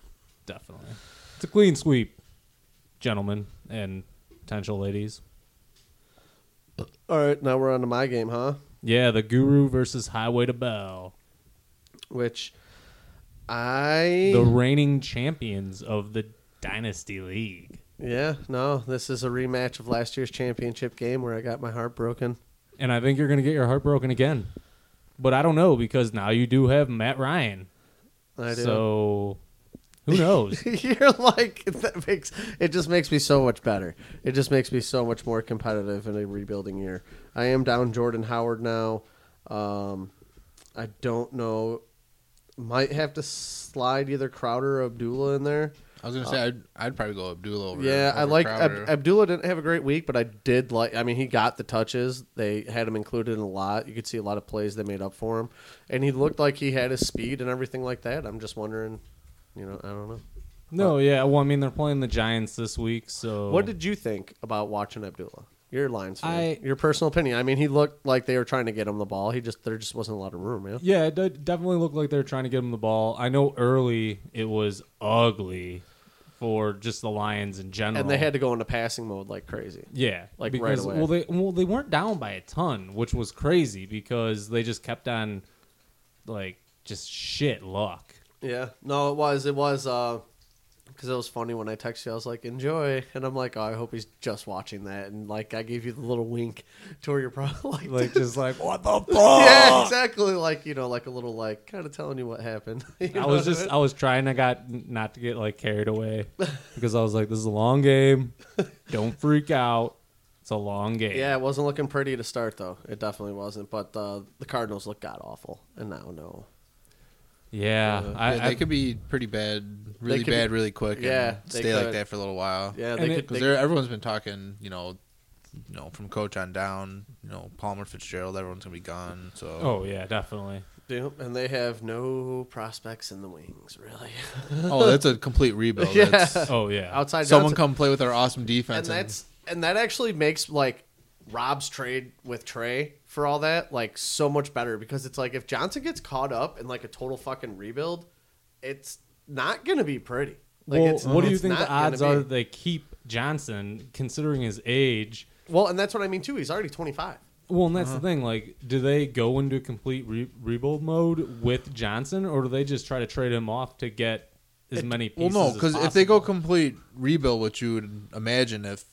Speaker 2: Definitely. It's a clean sweep, gentlemen and potential ladies.
Speaker 3: All right, now we're on to my game, huh?
Speaker 2: Yeah, the Guru versus Highway to Bell.
Speaker 3: Which I
Speaker 2: The reigning champions of the Dynasty League.
Speaker 3: yeah no, this is a rematch of last year's championship game where I got my heart broken.
Speaker 2: And I think you're going to get your heart broken again. But I don't know because now you do have Matt Ryan.
Speaker 3: I do.
Speaker 2: So who knows?
Speaker 3: You're like that makes it just makes me so much better. It just makes me so much more competitive in a rebuilding year. I am down Jordan Howard now. Um, I don't know. Might have to slide either Crowder or Abdullah in there.
Speaker 4: I was gonna say I'd, I'd probably go Abdullah over.
Speaker 3: Uh, Yeah, I
Speaker 4: Oh, over
Speaker 3: like
Speaker 4: Crowder.
Speaker 3: Ab- Abdullah didn't have a great week, but I did like. I mean, he got the touches. They had him included in a lot. You could see a lot of plays they made up for him, and he looked like he had his speed and everything like that. I'm just wondering, you know, I don't know.
Speaker 2: no, yeah. Well, I mean, they're playing the Giants this week. So
Speaker 3: What did you think about watching Abdullah? Your lines, fan.
Speaker 2: Oh. I-
Speaker 3: your personal opinion. I mean, he looked like they were trying to get him the ball. He just there just wasn't a lot of room. Yeah,
Speaker 2: Yeah, it did- definitely looked like they were trying to get him the ball. I know early it was ugly for just the Lions in general.
Speaker 3: and they had to go into passing mode like crazy.
Speaker 2: yeah,
Speaker 3: like, right
Speaker 2: because
Speaker 3: away.
Speaker 2: well they well they weren't down by a ton, which was crazy because they just kept on like just shit luck.
Speaker 3: Yeah, no, it was it was because it was funny when I texted you. I was like, enjoy, and I'm like, oh, I hope he's just watching that, and like I gave you the little wink to where you're probably like,
Speaker 2: Like just like what the fuck?
Speaker 3: yeah, exactly, like you know, like a little like kind of telling you what happened. You
Speaker 2: I
Speaker 3: know
Speaker 2: was
Speaker 3: what
Speaker 2: just
Speaker 3: mean?
Speaker 2: I was trying I got not to get like carried away because I was like this is a long game. Don't freak out. It's a long game.
Speaker 3: Yeah, it wasn't looking pretty to start though. It definitely wasn't. But uh, the Cardinals look god awful, and now no.
Speaker 2: Yeah. I,
Speaker 4: yeah,
Speaker 2: I
Speaker 4: they could be pretty bad, really
Speaker 3: could be-
Speaker 4: bad, really quick. and
Speaker 3: yeah, they
Speaker 4: stay like
Speaker 3: could.
Speaker 4: that for a little while.
Speaker 3: Yeah,
Speaker 2: And
Speaker 3: they
Speaker 2: it-
Speaker 3: could.
Speaker 4: because
Speaker 3: They,
Speaker 4: everyone's been talking, you know, you know, from coach on down, you know, Palmer Fitzgerald, everyone's gonna be gone. So
Speaker 2: Oh yeah, definitely.
Speaker 3: do, and they have no prospects in the wings, really.
Speaker 4: Oh, that's a complete rebuild.
Speaker 3: Yeah.
Speaker 4: That's,
Speaker 2: Oh yeah.
Speaker 3: Outside
Speaker 4: someone
Speaker 3: Johnson-
Speaker 4: come play with our awesome
Speaker 3: and
Speaker 4: defense. And
Speaker 3: that's and that actually makes like Rob's trade with Trey for all that like so much better because it's like if Johnson gets caught up in like a total fucking rebuild, it's not gonna be pretty. Like,
Speaker 2: well,
Speaker 3: it's,
Speaker 2: what do you
Speaker 3: it's
Speaker 2: think
Speaker 3: not
Speaker 2: the odds
Speaker 3: gonna
Speaker 2: are
Speaker 3: be.
Speaker 2: that they keep Johnson, considering his age?
Speaker 3: Well, and that's what I mean too. He's already twenty five.
Speaker 2: Well, and that's the thing. Like, do they go into complete re- rebuild mode with Johnson, or do they just try to trade him off to get as many
Speaker 4: well,
Speaker 2: pieces?
Speaker 4: no,
Speaker 2: because
Speaker 4: because if they go complete rebuild, which you would imagine if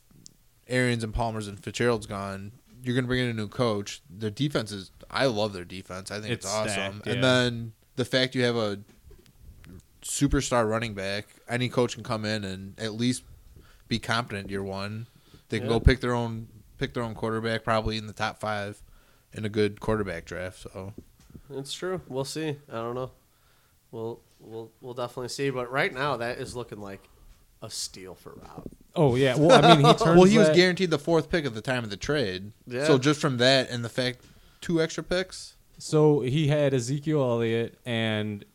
Speaker 4: Arians and Palmer's and Fitzgerald's gone, you're gonna bring in a new coach. Their defense is, I love their defense. I think it's,
Speaker 2: It's
Speaker 4: awesome.
Speaker 2: stacked, yeah.
Speaker 4: And then the fact you have a superstar running back, any coach can come in and at least be competent year one. They can
Speaker 3: Yeah.
Speaker 4: go pick their own pick their own quarterback, probably in the top five in a good quarterback draft. So
Speaker 3: It's true. We'll see. I don't know. We'll we'll we'll definitely see. But right now, that is looking like a steal for Rob.
Speaker 2: oh yeah, well, I mean, he turns.
Speaker 4: Well, he was
Speaker 2: that-
Speaker 4: guaranteed the fourth pick at the time of the trade.
Speaker 3: Yeah.
Speaker 4: So just from that and the fact two extra picks.
Speaker 2: So he had Ezekiel Elliott and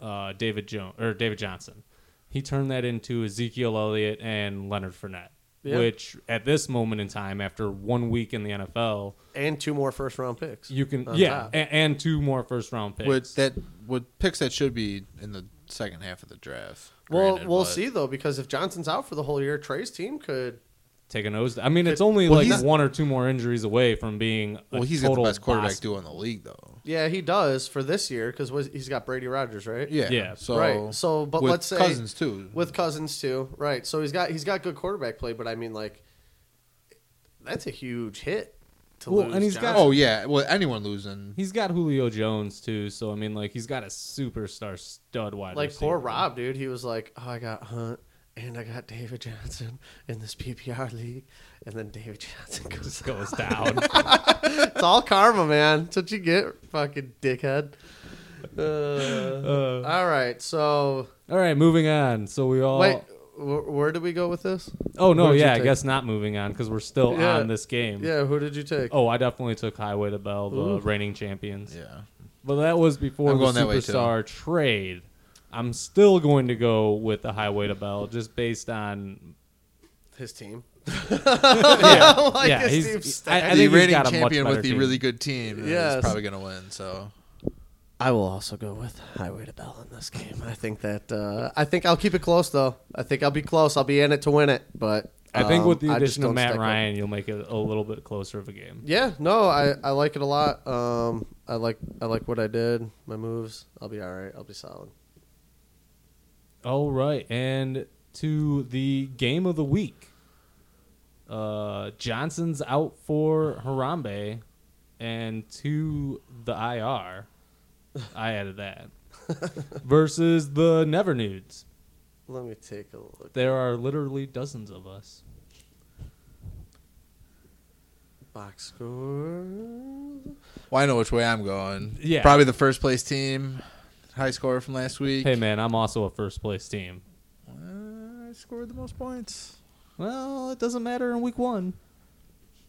Speaker 2: uh, David Jones or David Johnson. He turned that into Ezekiel Elliott and Leonard Fournette,
Speaker 3: Yeah.
Speaker 2: which at this moment in time, after one week in the NFL,
Speaker 3: And two more first round picks.
Speaker 2: you can
Speaker 3: On
Speaker 2: yeah,
Speaker 3: top.
Speaker 2: and, and two more first round picks.
Speaker 4: With that with picks that should be in the second half of the draft.
Speaker 3: Well,
Speaker 4: granted,
Speaker 3: we'll
Speaker 4: but-
Speaker 3: see though, because if Johnson's out for the whole year, Trey's team could
Speaker 2: take a nose. I mean, it's only
Speaker 4: Well,
Speaker 2: like
Speaker 4: he's-
Speaker 2: one or two more injuries away from being. A
Speaker 4: Well, he's got
Speaker 2: total
Speaker 4: the best quarterback
Speaker 2: bust.
Speaker 4: duo in the league, though.
Speaker 3: Yeah, he does for this year because he's got Brady Rogers, right?
Speaker 4: Yeah.
Speaker 2: Yeah.
Speaker 4: So,
Speaker 3: right. So, but
Speaker 4: with
Speaker 3: let's say
Speaker 4: Cousins too.
Speaker 3: with Cousins too, right? So he's got he's got good quarterback play, but I mean, like, that's a huge hit to
Speaker 2: Well,
Speaker 3: lose.
Speaker 2: and he's got-
Speaker 3: Johnson.
Speaker 4: oh yeah. Well, anyone losing.
Speaker 2: He's got Julio Jones too, so I mean, like he's got a superstar stud
Speaker 4: Oh,
Speaker 2: wide.
Speaker 3: like
Speaker 2: receiver.
Speaker 3: poor Rob, dude. He was like, oh, I got Hunt and I got David Johnson in this PPR league, and then David Johnson goes.
Speaker 2: goes down.
Speaker 3: it's all karma, man. That's what you get, fucking dickhead. Uh,
Speaker 2: Uh,
Speaker 3: all right, so
Speaker 2: all right, moving on. So we all.
Speaker 3: wait, wh- where did we go with this?
Speaker 2: oh no,
Speaker 3: who'd you
Speaker 2: yeah, I
Speaker 3: take?
Speaker 2: guess not moving on because we're still
Speaker 3: Yeah.
Speaker 2: on this game.
Speaker 3: Yeah, who did you take?
Speaker 2: Oh, I definitely took Highway to Bell, the
Speaker 3: Ooh.
Speaker 2: reigning champions.
Speaker 4: Yeah.
Speaker 2: But that was before
Speaker 4: I'm
Speaker 2: the
Speaker 4: going that way, too.
Speaker 2: superstar trade. I'm still going to go with the Highway to Bell just based on
Speaker 3: His team.
Speaker 2: yeah,
Speaker 3: Like
Speaker 2: yeah,
Speaker 3: his
Speaker 2: he's-
Speaker 3: team's
Speaker 2: I, I
Speaker 3: stacked.
Speaker 2: think
Speaker 4: the
Speaker 2: he's
Speaker 4: reigning
Speaker 2: got a much
Speaker 4: champion
Speaker 2: better
Speaker 4: with the
Speaker 2: team.
Speaker 4: really good team Yeah,
Speaker 3: Yes.
Speaker 4: is probably gonna win. So
Speaker 3: I will also go with Highway to Bell in this game. I think that uh, I think I'll keep it close though. I think I'll be close. I'll be in it to win it. But
Speaker 2: I think with
Speaker 3: um,
Speaker 2: the
Speaker 3: I just
Speaker 2: addition of
Speaker 3: don't
Speaker 2: Matt
Speaker 3: stick with-
Speaker 2: Ryan, you'll make it a little bit closer of a game.
Speaker 3: Yeah, no, I, I like it a lot. Um, I like I like what I did. My moves. I'll be all right. I'll be solid.
Speaker 2: All right, and to the game of the week. Uh, Johnson's out for Harambe, and to the IR. I added that versus the Never Nudes.
Speaker 3: Let me take a look.
Speaker 2: There are literally dozens of us.
Speaker 3: Box score.
Speaker 4: well, I know which way I'm going.
Speaker 2: Yeah.
Speaker 4: Probably the first place team, high scorer from last week.
Speaker 2: Hey man, I'm also a first place team.
Speaker 4: Uh, I scored the most points.
Speaker 2: Well, it doesn't matter in week one.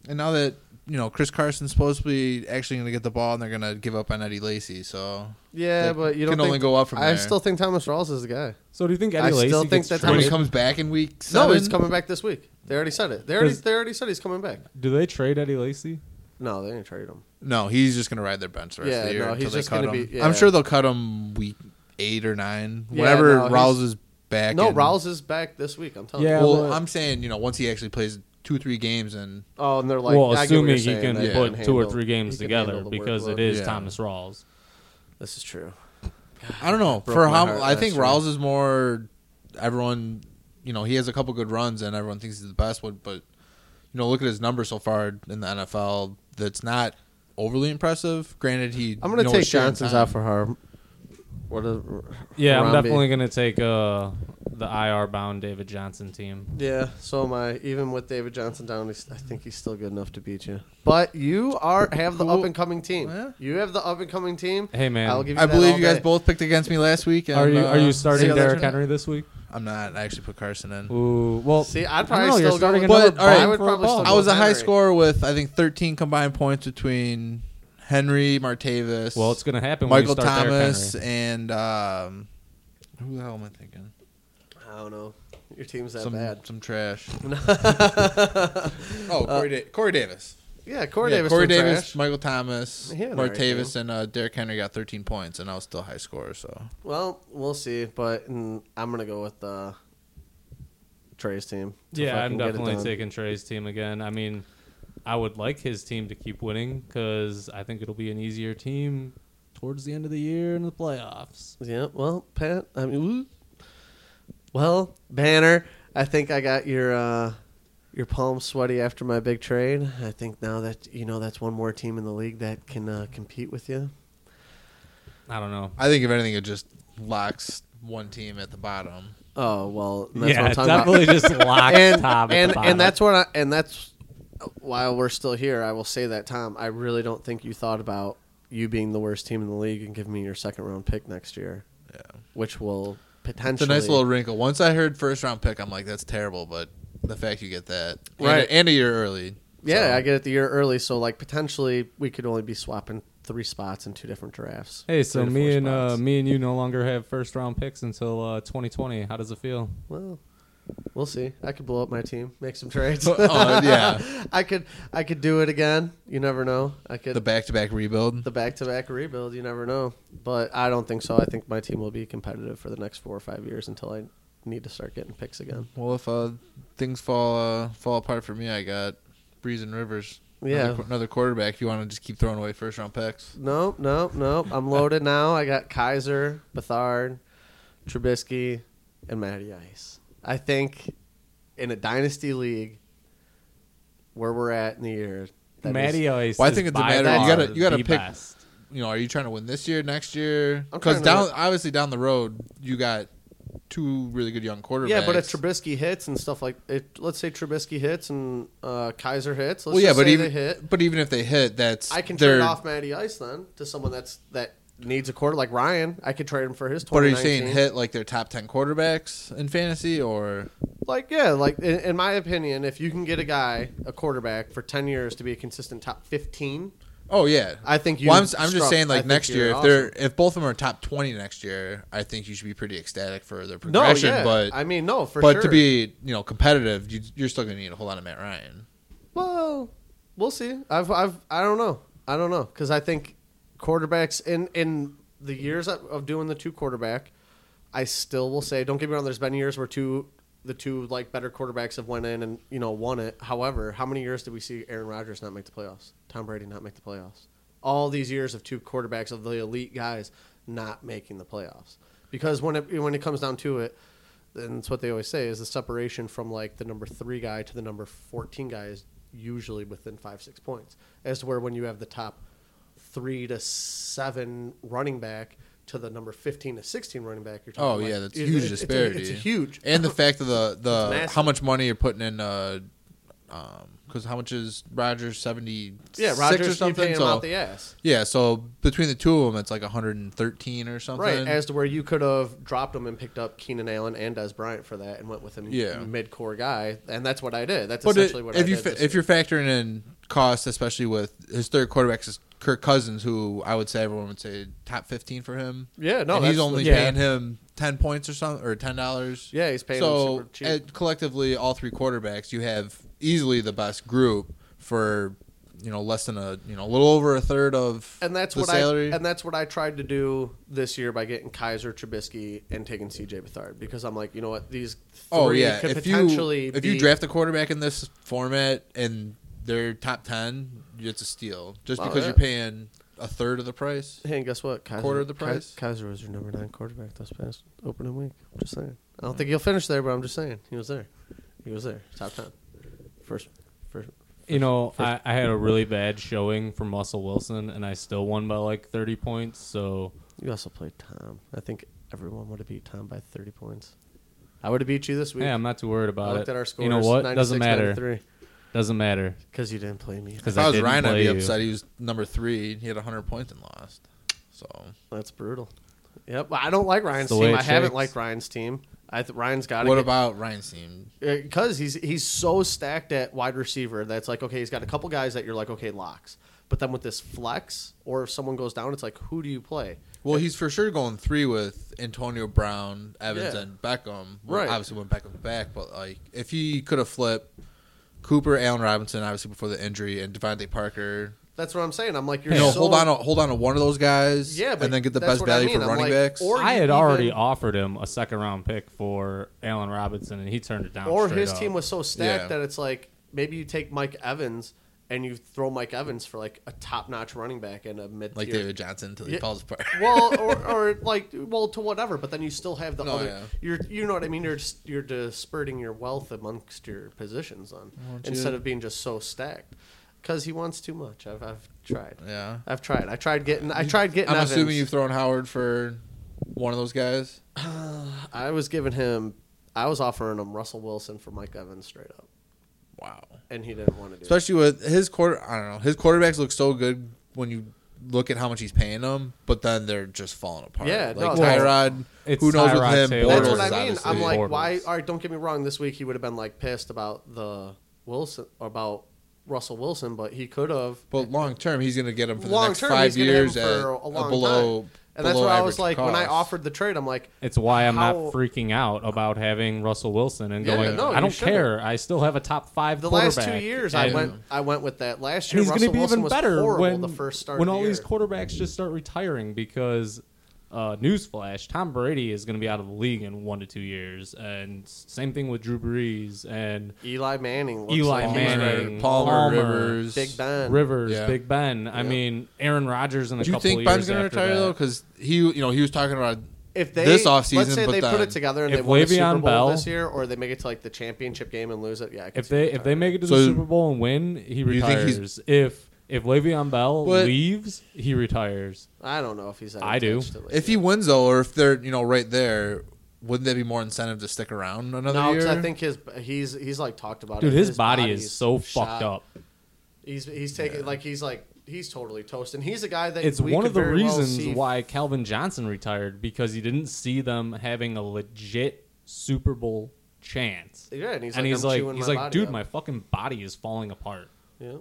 Speaker 4: And now that you know Chris Carson's supposed to be actually going to get the ball, and they're going to give up on Eddie Lacy. So
Speaker 3: Yeah,
Speaker 4: They
Speaker 3: but you don't
Speaker 4: can only
Speaker 3: think-
Speaker 4: go up from
Speaker 3: I
Speaker 4: there.
Speaker 3: still think Thomas Rawls is the guy.
Speaker 2: So do you think
Speaker 3: I
Speaker 2: Eddie Lacy
Speaker 3: still think
Speaker 2: gets
Speaker 3: that
Speaker 4: How
Speaker 2: traded?
Speaker 4: many comes back in week seven?
Speaker 3: No, he's coming back this week. They already said it. They already
Speaker 2: Does-
Speaker 3: they already said he's coming back.
Speaker 2: Do they trade Eddie Lacy?
Speaker 3: No, they didn't trade him.
Speaker 4: No, he's just going to ride their bench the rest
Speaker 3: Yeah,
Speaker 4: of the year
Speaker 3: no,
Speaker 4: until
Speaker 3: he's
Speaker 4: they
Speaker 3: just
Speaker 4: cut
Speaker 3: gonna
Speaker 4: him.
Speaker 3: be- yeah.
Speaker 4: I'm sure they'll cut him week eight or nine,
Speaker 3: Yeah,
Speaker 4: whenever
Speaker 3: no, he's-
Speaker 4: Rouse is back.
Speaker 3: No,
Speaker 4: and-
Speaker 3: Rawls is back this week. I'm telling
Speaker 2: Yeah,
Speaker 3: you.
Speaker 4: Well,
Speaker 2: but-
Speaker 4: I'm saying you know once he actually plays two three games and
Speaker 3: Oh, and they're like,
Speaker 2: well,
Speaker 3: I get what
Speaker 2: assuming
Speaker 3: you're
Speaker 2: he
Speaker 3: saying,
Speaker 2: can
Speaker 3: that
Speaker 4: he
Speaker 2: put
Speaker 3: can
Speaker 2: two or
Speaker 3: handle-
Speaker 2: three games
Speaker 3: he can
Speaker 2: together
Speaker 3: handle the
Speaker 2: because it
Speaker 3: workload.
Speaker 2: is
Speaker 4: Yeah.
Speaker 2: Thomas Rawls.
Speaker 3: This is true.
Speaker 4: I don't know
Speaker 3: Broke
Speaker 4: for
Speaker 3: my
Speaker 4: how
Speaker 3: heart
Speaker 4: I think
Speaker 3: last
Speaker 4: Rouse is more everyone. You know he has a couple good runs and everyone thinks he's the best one, but you know look at his numbers so far in the NFL. That's not overly impressive. Granted, he
Speaker 3: I'm gonna
Speaker 4: you know,
Speaker 3: take
Speaker 4: was sharing
Speaker 3: Johnson's
Speaker 4: time.
Speaker 3: out for harm. What is?
Speaker 2: Yeah, I'm
Speaker 3: Harambe.
Speaker 2: definitely gonna take uh, the IR bound David Johnson team.
Speaker 3: Yeah, so am I. Even with David Johnson down, he's, I think he's still good enough to beat you. But you are have the
Speaker 4: Who-
Speaker 3: up and coming team.
Speaker 4: Yeah.
Speaker 3: You have the up and coming team.
Speaker 2: Hey man,
Speaker 3: I'll give you
Speaker 4: I
Speaker 3: that
Speaker 4: believe
Speaker 3: all
Speaker 4: you guys
Speaker 3: day.
Speaker 4: both picked against me last week. And,
Speaker 2: are you
Speaker 4: uh,
Speaker 2: are you
Speaker 4: see
Speaker 2: starting
Speaker 4: how that
Speaker 2: Derrick
Speaker 4: turned out.
Speaker 2: Henry this week?
Speaker 4: I'm not. I actually put Carson in.
Speaker 2: Ooh, well,
Speaker 3: See, I'd
Speaker 2: I
Speaker 3: probably
Speaker 2: don't know,
Speaker 3: still
Speaker 2: you're starting
Speaker 3: go with-
Speaker 2: another
Speaker 4: But, all right,
Speaker 2: bomb
Speaker 4: I
Speaker 3: would
Speaker 2: for
Speaker 3: probably
Speaker 2: a
Speaker 3: still
Speaker 2: bomb.
Speaker 4: I was a high
Speaker 3: Henry.
Speaker 4: scorer with I think 13 combined points between Henry, Martavis,
Speaker 2: Well, it's gonna happen.
Speaker 4: Michael
Speaker 2: when you start Derrick
Speaker 4: Thomas,
Speaker 2: Henry.
Speaker 4: and um, who the hell am I thinking?
Speaker 3: I don't know. Your team's that
Speaker 4: some
Speaker 3: bad.
Speaker 4: some trash. oh, Corey, Da- Corey Davis.
Speaker 3: Yeah, Corey
Speaker 4: Yeah,
Speaker 3: Davis.
Speaker 4: Corey
Speaker 3: was
Speaker 4: Davis,
Speaker 3: trash.
Speaker 4: Michael Thomas,
Speaker 3: He had an alright
Speaker 4: Martavis, and uh, Derrick Henry got 13 points, and I was still high scorer. So
Speaker 3: Well, we'll see. But mm, I'm gonna go with uh, Trey's team. to
Speaker 2: Yeah, I'm
Speaker 3: fucking get it
Speaker 2: definitely
Speaker 3: done.
Speaker 2: taking Trey's team again. I mean, I would like his team to keep winning because I think it'll be an easier team towards the end of the year in the playoffs.
Speaker 3: Yeah, well, Pat, I mean, woo. well, Banner, I think I got your uh, your palm sweaty after my big trade. I think now that you know that's one more team in the league that can uh, compete with you.
Speaker 2: I don't know.
Speaker 4: I think if anything, it just locks one team at the bottom.
Speaker 3: Oh well, that's
Speaker 2: yeah,
Speaker 3: what I'm talking about.
Speaker 2: definitely just lock
Speaker 3: and
Speaker 2: Tom at
Speaker 3: and,
Speaker 2: the bottom.
Speaker 3: and that's what I and that's while we're still here, I will say that Tom, I really don't think you thought about you being the worst team in the league and giving me your second round pick next year. Yeah, which will
Speaker 4: It's
Speaker 3: potentially
Speaker 4: a nice little wrinkle. Once I heard first round pick, I'm like, that's terrible. But the fact you get that and
Speaker 3: Right.
Speaker 4: a, and a year early.
Speaker 3: Yeah,
Speaker 4: so.
Speaker 3: I get it the year early, so like potentially we could only be swapping three spots in two different drafts.
Speaker 2: Hey, so
Speaker 3: Three to
Speaker 2: me
Speaker 3: four
Speaker 2: and uh,
Speaker 3: spots.
Speaker 2: me and you no longer have first round picks until uh, 2020. How does it feel?
Speaker 3: well, we'll see. I could blow up my team, make some trades.
Speaker 4: oh yeah,
Speaker 3: I could, I could do it again. You never know. I could
Speaker 4: the back to back rebuild.
Speaker 3: the back to back rebuild. You never know, but I don't think so. I think my team will be competitive for the next four or five years until I need to start getting picks again.
Speaker 4: Well, if uh, things fall uh, fall apart for me, I got Breeze and Rivers.
Speaker 3: Yeah.
Speaker 4: another, another quarterback. You want to just keep throwing away first round picks?
Speaker 3: Nope, nope, nope. I'm loaded now. I got Kaiser, Bethard, Trubisky, and Matty Ice. I think in a dynasty league, where we're at in the year, that is-
Speaker 2: Matty Ice.
Speaker 4: Well, I
Speaker 2: is
Speaker 4: think it's a
Speaker 2: by
Speaker 4: matter-
Speaker 2: far
Speaker 4: you gotta- you gotta
Speaker 2: the
Speaker 4: pick-
Speaker 2: best.
Speaker 4: You know, are you trying to win this year, next year?
Speaker 3: I'm
Speaker 4: Because
Speaker 3: trying
Speaker 4: down
Speaker 3: to-
Speaker 4: obviously down the road, you got two really good young quarterbacks.
Speaker 3: yeah, but if Trubisky hits and stuff like, it, let's say Trubisky hits and uh, Kaiser hits. Let's
Speaker 4: well, yeah,
Speaker 3: just
Speaker 4: but
Speaker 3: say
Speaker 4: even
Speaker 3: they hit.
Speaker 4: but even if they hit, that's
Speaker 3: I can
Speaker 4: they're-
Speaker 3: trade off Matty Ice then to someone that's that needs a quarter like Ryan. I could trade him for his.
Speaker 4: What are you saying?
Speaker 3: 2019.
Speaker 4: Hit like their top ten quarterbacks in fantasy, or
Speaker 3: Like yeah, like in, in my opinion, if you can get a guy a quarterback for ten years to be a consistent top fifteen,
Speaker 4: oh yeah.
Speaker 3: I think you.
Speaker 4: well, I'm, s- I'm
Speaker 3: struck-
Speaker 4: just saying
Speaker 3: I
Speaker 4: like
Speaker 3: think
Speaker 4: next
Speaker 3: you're
Speaker 4: year, if
Speaker 3: awesome.
Speaker 4: they're if both of them are top twenty next year, I think you should be pretty ecstatic for their
Speaker 3: no,
Speaker 4: progression.
Speaker 3: yeah,
Speaker 4: But
Speaker 3: I mean no for
Speaker 4: but
Speaker 3: sure.
Speaker 4: to be you know competitive, you, you're still gonna need a whole lot of Matt Ryan.
Speaker 3: well, we'll see. I've I've I don't know. I don't know because I think quarterbacks in in the years of- of doing the two quarterback, I still will say. Don't get me wrong. There's been years where two the two like better quarterbacks have went in and you know won it. However, how many years did we see Aaron Rodgers not make the playoffs? Tom Brady not make the playoffs? All these years of two quarterbacks of the elite guys not making the playoffs because when it when it comes down to it. And it's what they always say is the separation from like the number three guy to the number fourteen guy is usually within five six points. As to where when you have the top three to seven running back to the number fifteen to sixteen running back. You're
Speaker 4: Oh
Speaker 3: talking
Speaker 4: yeah,
Speaker 3: like-
Speaker 4: that's
Speaker 3: it-
Speaker 4: huge
Speaker 3: it- it's a-
Speaker 4: disparity.
Speaker 3: It's, a huge.
Speaker 4: and the fact of the
Speaker 3: It's
Speaker 4: the
Speaker 3: massive.
Speaker 4: how much money you're putting in. uh um 'cause because how much is Rogers seventy?
Speaker 3: yeah,
Speaker 4: six
Speaker 3: Rodgers
Speaker 4: or
Speaker 3: you
Speaker 4: something.
Speaker 3: pay him
Speaker 4: So
Speaker 3: out the ass,
Speaker 4: yeah, so between the two of them, it's like hundred and thirteen or something.
Speaker 3: right? As to where you could have dropped him and picked up Keenan Allen and Des Bryant for that, and went with a
Speaker 4: Yeah.
Speaker 3: mid core guy, and that's what I did. That's
Speaker 4: but it-
Speaker 3: essentially what
Speaker 4: if
Speaker 3: I
Speaker 4: you
Speaker 3: did.
Speaker 4: fa-
Speaker 3: this
Speaker 4: if
Speaker 3: year.
Speaker 4: you're factoring in costs, especially with his third quarterback is Kirk Cousins, who I would say everyone would say top fifteen for him.
Speaker 3: yeah, no,
Speaker 4: and he's
Speaker 3: that's-
Speaker 4: only
Speaker 3: yeah.
Speaker 4: paying him ten points or something or ten dollars.
Speaker 3: Yeah, he's paying
Speaker 4: so
Speaker 3: him super cheap.
Speaker 4: at- collectively, all three quarterbacks, you have easily the best group for you know less than a you know a little over a third of
Speaker 3: and that's
Speaker 4: the
Speaker 3: what
Speaker 4: salary.
Speaker 3: I and that's what I tried to do this year by getting Kaiser Trubisky and taking CJ Bethard because I'm like, you know what, these three
Speaker 4: oh yeah,
Speaker 3: could
Speaker 4: if you
Speaker 3: potentially
Speaker 4: if
Speaker 3: be,
Speaker 4: you draft a quarterback in this format and they're top ten, it's a steal just
Speaker 3: Oh,
Speaker 4: because
Speaker 3: yeah.
Speaker 4: you're paying a third of the price.
Speaker 3: Hey, and guess what? Kaiser,
Speaker 4: Quarter of the
Speaker 3: Kai-
Speaker 4: price?
Speaker 3: Kaiser was your number nine quarterback this past opening week. I'm just saying. I don't
Speaker 2: Hmm.
Speaker 3: think he'll finish there, but I'm just saying he was there. He was there, top ten, first, first.
Speaker 2: You know, I, I had a really bad showing for Russell Wilson, and I still won by like 30 points. So
Speaker 3: You also played Tom. I think everyone would have beat Tom by 30 points. I would have beat you this week.
Speaker 2: yeah, I'm not too worried about
Speaker 3: I looked
Speaker 2: it.
Speaker 3: at our scores.
Speaker 2: you know what? Doesn't
Speaker 3: 96,
Speaker 2: matter. Doesn't matter
Speaker 3: Because you didn't play me.
Speaker 2: because
Speaker 4: If I was
Speaker 2: didn't
Speaker 4: Ryan, I'd
Speaker 2: play
Speaker 4: be
Speaker 2: you.
Speaker 4: upset. He was number three. He had 100 points and lost. So
Speaker 3: That's brutal. Yep. I don't like Ryan's
Speaker 2: the way
Speaker 3: team.
Speaker 2: it
Speaker 3: I haven't
Speaker 2: shakes.
Speaker 3: liked Ryan's team. I th- Ryan's got to
Speaker 4: what
Speaker 3: get
Speaker 4: about Ryan's team?
Speaker 3: because Uh, he's he's so stacked at wide receiver that's like okay he's got a couple guys that you're like okay locks but then with this flex or if someone goes down it's like who do you play
Speaker 4: Well, he's for sure going three with Antonio Brown, Evans,
Speaker 3: Yeah.
Speaker 4: and Beckham.
Speaker 3: Right.
Speaker 4: Obviously, when Beckham's back, but like if he could have flipped Cooper, Allen Robinson, obviously before the injury, and Devontae Parker,
Speaker 3: that's what I'm saying I'm like you're
Speaker 4: you know,
Speaker 3: so,
Speaker 4: hold on, to, hold on to one of those guys,
Speaker 3: yeah but
Speaker 4: and then get the
Speaker 3: that's
Speaker 4: best
Speaker 3: what I
Speaker 4: value
Speaker 3: mean.
Speaker 4: for
Speaker 3: I'm
Speaker 4: running
Speaker 3: like,
Speaker 4: backs.
Speaker 3: or
Speaker 2: I
Speaker 3: you
Speaker 2: had already
Speaker 3: even-
Speaker 2: offered him a second round pick for Allen Robinson, and he turned it down.
Speaker 3: or
Speaker 2: straight
Speaker 3: his
Speaker 2: up.
Speaker 3: team was so stacked
Speaker 4: Yeah.
Speaker 3: that it's like maybe you take Mike Evans and you throw Mike Evans for like a top notch running back and a mid
Speaker 4: like
Speaker 3: tier
Speaker 4: David Johnson until he
Speaker 3: Yeah.
Speaker 4: falls apart.
Speaker 3: well, or, or like, well, to whatever. But then you still have the
Speaker 4: No,
Speaker 3: other.
Speaker 4: Oh, yeah.
Speaker 3: You're, you know what I mean. You're just, you're dispersing your wealth amongst your positions on instead of being just so stacked. Because he wants too much. I've, I've tried.
Speaker 4: yeah,
Speaker 3: I've tried. I tried getting. I tried getting.
Speaker 4: I'm
Speaker 3: Evans.
Speaker 4: assuming you've thrown Howard for one of those guys.
Speaker 3: I was giving him. I was offering him Russell Wilson for Mike Evans straight up,
Speaker 4: Wow.
Speaker 3: and he didn't want to do. it.
Speaker 4: especially with his quarter. I don't know. His quarterbacks look so good when you look at how much he's paying them, but then they're just falling apart.
Speaker 3: Yeah,
Speaker 4: like
Speaker 3: no,
Speaker 4: Tyrod.
Speaker 2: it's
Speaker 4: who knows
Speaker 2: Tyrod
Speaker 4: with him?
Speaker 2: Taylor.
Speaker 4: Bortles
Speaker 3: That's what
Speaker 4: is
Speaker 3: I mean.
Speaker 4: obviously-
Speaker 3: I'm like,
Speaker 2: Bortles.
Speaker 3: why? All right, don't get me wrong. This week he would have been like pissed about the Wilson about Russell Wilson, but he could have
Speaker 4: But long term, he's going to get him for the
Speaker 3: long
Speaker 4: next
Speaker 3: term
Speaker 4: five
Speaker 3: he's gonna have
Speaker 4: years
Speaker 3: him
Speaker 4: at
Speaker 3: for a
Speaker 4: a
Speaker 3: long
Speaker 4: below.
Speaker 3: time. And that's
Speaker 4: below
Speaker 3: why I was
Speaker 4: average
Speaker 3: like, when I
Speaker 4: cost.
Speaker 3: offered the trade, I'm like,
Speaker 2: It's why I'm
Speaker 3: How-
Speaker 2: not freaking out about having Russell Wilson and
Speaker 3: Yeah,
Speaker 2: going.
Speaker 3: no,
Speaker 2: I
Speaker 3: you
Speaker 2: don't
Speaker 3: shouldn't.
Speaker 2: care. I still have a top five.
Speaker 3: the last two
Speaker 2: quarterback,
Speaker 3: years I
Speaker 2: and-
Speaker 3: went I went with that. Last
Speaker 2: And
Speaker 3: year
Speaker 2: he's going
Speaker 3: Russell
Speaker 2: to be
Speaker 3: Wilson
Speaker 2: even
Speaker 3: was
Speaker 2: better
Speaker 3: horrible
Speaker 2: when
Speaker 3: the first start
Speaker 2: when
Speaker 3: of
Speaker 2: all
Speaker 3: the
Speaker 2: these
Speaker 3: year.
Speaker 2: quarterbacks just start retiring because Uh, newsflash: Tom Brady is going to be out of the league in one to two years, and s- same thing with Drew Brees and
Speaker 3: Eli Manning. Looks
Speaker 2: Eli
Speaker 3: like he's
Speaker 4: Palmer,
Speaker 2: Manning.
Speaker 4: Palmer,
Speaker 2: Oh, Palmer,
Speaker 4: Rivers.
Speaker 3: Big Ben.
Speaker 2: Rivers,
Speaker 4: Yeah.
Speaker 2: Big Ben. I
Speaker 3: Yeah.
Speaker 2: mean, Aaron Rodgers in a
Speaker 4: Do you
Speaker 2: couple
Speaker 4: think
Speaker 2: years
Speaker 4: Ben's gonna
Speaker 2: after
Speaker 4: retire
Speaker 2: that.
Speaker 4: though? Because he, you know, he was talking about
Speaker 3: If they
Speaker 4: this offseason,
Speaker 3: let's say
Speaker 4: but
Speaker 3: they put
Speaker 4: then-
Speaker 3: it together and
Speaker 2: If
Speaker 3: they win the
Speaker 2: Le'Veon
Speaker 3: Super Bowl
Speaker 2: Bell-
Speaker 3: this year, or they make it to like the championship game and lose it, yeah. I could
Speaker 2: If
Speaker 3: see
Speaker 2: they
Speaker 3: him
Speaker 2: if they make it to the
Speaker 4: So-
Speaker 2: Super Bowl and win, he
Speaker 4: You think he's-
Speaker 2: retires. If if Le'Veon Bell
Speaker 4: But-
Speaker 2: leaves, he retires.
Speaker 3: retiring. I don't know if he's. that
Speaker 2: I do.
Speaker 3: attached to Le'Veon.
Speaker 4: if he wins though, or if they're, you know, right there, wouldn't that be more incentive to stick around another
Speaker 3: no,
Speaker 4: year?
Speaker 3: because I think his he's he's like talked about.
Speaker 2: Dude,
Speaker 3: it.
Speaker 2: his, body is
Speaker 3: body's
Speaker 2: so
Speaker 3: shot.
Speaker 2: fucked up.
Speaker 3: He's he's taking like he's like he's totally toast, and he's a guy that
Speaker 2: It's
Speaker 3: we
Speaker 2: one
Speaker 3: could
Speaker 2: of the
Speaker 3: very well
Speaker 2: reasons
Speaker 3: see-
Speaker 2: why Calvin Johnson retired because he didn't see them having a legit Super Bowl chance.
Speaker 3: Yeah, and he's
Speaker 2: and
Speaker 3: like,
Speaker 2: he's
Speaker 3: I'm
Speaker 2: like,
Speaker 3: chewing
Speaker 2: he's
Speaker 3: my
Speaker 2: like,
Speaker 3: body
Speaker 2: dude,
Speaker 3: up."
Speaker 2: my fucking body is falling apart.
Speaker 3: Yep.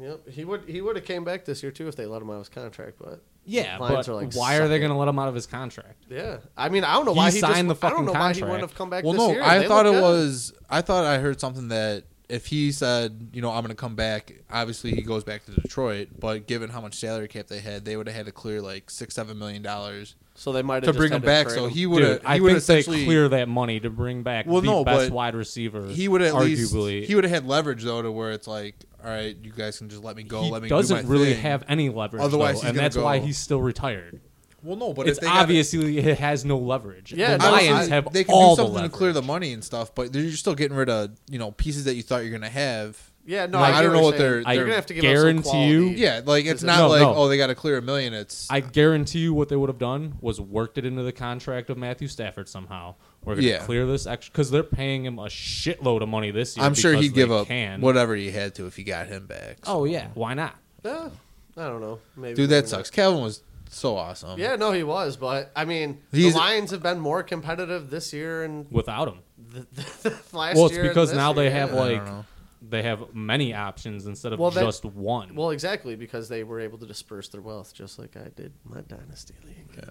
Speaker 3: Yep. He would he would have came back this year too if they let him out of his contract, but
Speaker 2: Yeah,
Speaker 3: Lions
Speaker 2: but
Speaker 3: are like,
Speaker 2: why are
Speaker 3: "Suck
Speaker 2: they
Speaker 3: it."
Speaker 2: going to let him out of his contract?
Speaker 3: Yeah. I mean I don't know
Speaker 2: He
Speaker 3: why he
Speaker 2: signed
Speaker 3: just,
Speaker 2: the
Speaker 3: I
Speaker 2: fucking
Speaker 3: don't know why he
Speaker 2: contract.
Speaker 3: wouldn't have come back
Speaker 4: Well,
Speaker 3: this
Speaker 4: no,
Speaker 3: year.
Speaker 4: I
Speaker 3: They
Speaker 4: thought
Speaker 3: look
Speaker 4: it
Speaker 3: good.
Speaker 4: was. I thought I heard something that if he said, you know, I'm going to come back. Obviously, he goes back to Detroit, but given how much salary cap they had, they would have had to clear like six, seven million dollars
Speaker 3: so they might have
Speaker 4: to
Speaker 3: just
Speaker 4: bring
Speaker 3: had
Speaker 4: him back.
Speaker 3: trade
Speaker 4: So
Speaker 3: him.
Speaker 4: he would
Speaker 2: Dude,
Speaker 4: have.
Speaker 2: I
Speaker 4: He would
Speaker 2: think they
Speaker 4: essentially.
Speaker 2: clear that money to bring back
Speaker 4: Well,
Speaker 2: the
Speaker 4: no,
Speaker 2: best
Speaker 4: but
Speaker 2: wide receiver.
Speaker 4: He would at least.
Speaker 2: arguably.
Speaker 4: He would have had leverage though, to where it's like, all right, you guys can just let me go.
Speaker 2: he
Speaker 4: let me do
Speaker 2: doesn't
Speaker 4: my
Speaker 2: really
Speaker 4: thing."
Speaker 2: have any leverage.
Speaker 4: Otherwise, he's
Speaker 2: though, and
Speaker 4: gonna
Speaker 2: that's why
Speaker 4: go-
Speaker 2: he's still retired.
Speaker 4: Well, no, but
Speaker 2: it's
Speaker 4: if they got-
Speaker 2: obviously it has no leverage.
Speaker 3: Yeah,
Speaker 2: the
Speaker 3: no,
Speaker 2: Lions
Speaker 4: I-
Speaker 2: have
Speaker 4: they can
Speaker 2: all
Speaker 4: do something
Speaker 2: the
Speaker 4: to
Speaker 2: leverage.
Speaker 4: clear the money and stuff, but you're still getting rid of you know pieces that you thought you're gonna have.
Speaker 3: Yeah, no,
Speaker 4: Like,
Speaker 3: I,
Speaker 4: I don't know what
Speaker 3: they're,
Speaker 4: they're-
Speaker 3: you're
Speaker 4: they're-
Speaker 3: gonna have to give up
Speaker 2: guarantee
Speaker 3: some quality.
Speaker 2: you-
Speaker 4: Yeah, like it's
Speaker 3: Is it-
Speaker 4: not
Speaker 2: No,
Speaker 4: like
Speaker 2: no.
Speaker 4: oh they got to clear a million. It's
Speaker 2: I guarantee you, what they would have done was worked it into the contract of Matthew Stafford somehow. We're gonna
Speaker 4: Yeah.
Speaker 2: clear this extra because they're paying him a shitload of money this year.
Speaker 4: I'm sure
Speaker 2: because
Speaker 4: he'd give
Speaker 2: they
Speaker 4: up
Speaker 2: Can.
Speaker 4: whatever he had to if he got him back. so.
Speaker 2: Oh yeah, why not?
Speaker 3: Yeah, I don't know. Maybe
Speaker 4: dude,
Speaker 3: maybe
Speaker 4: that
Speaker 3: not.
Speaker 4: sucks. Calvin was so awesome.
Speaker 3: Yeah, no, he was, but I mean,
Speaker 4: He's-
Speaker 3: the Lions have been more competitive this year and
Speaker 2: Without him,
Speaker 3: th- last year.
Speaker 2: well, it's
Speaker 3: and
Speaker 2: because
Speaker 3: this
Speaker 2: now they
Speaker 3: year,
Speaker 2: have
Speaker 3: yeah.
Speaker 4: I don't
Speaker 2: like
Speaker 4: know.
Speaker 2: they have many options instead of
Speaker 3: Well, that-
Speaker 2: just one.
Speaker 3: Well, exactly because they were able to disperse their wealth, just like I did my dynasty league.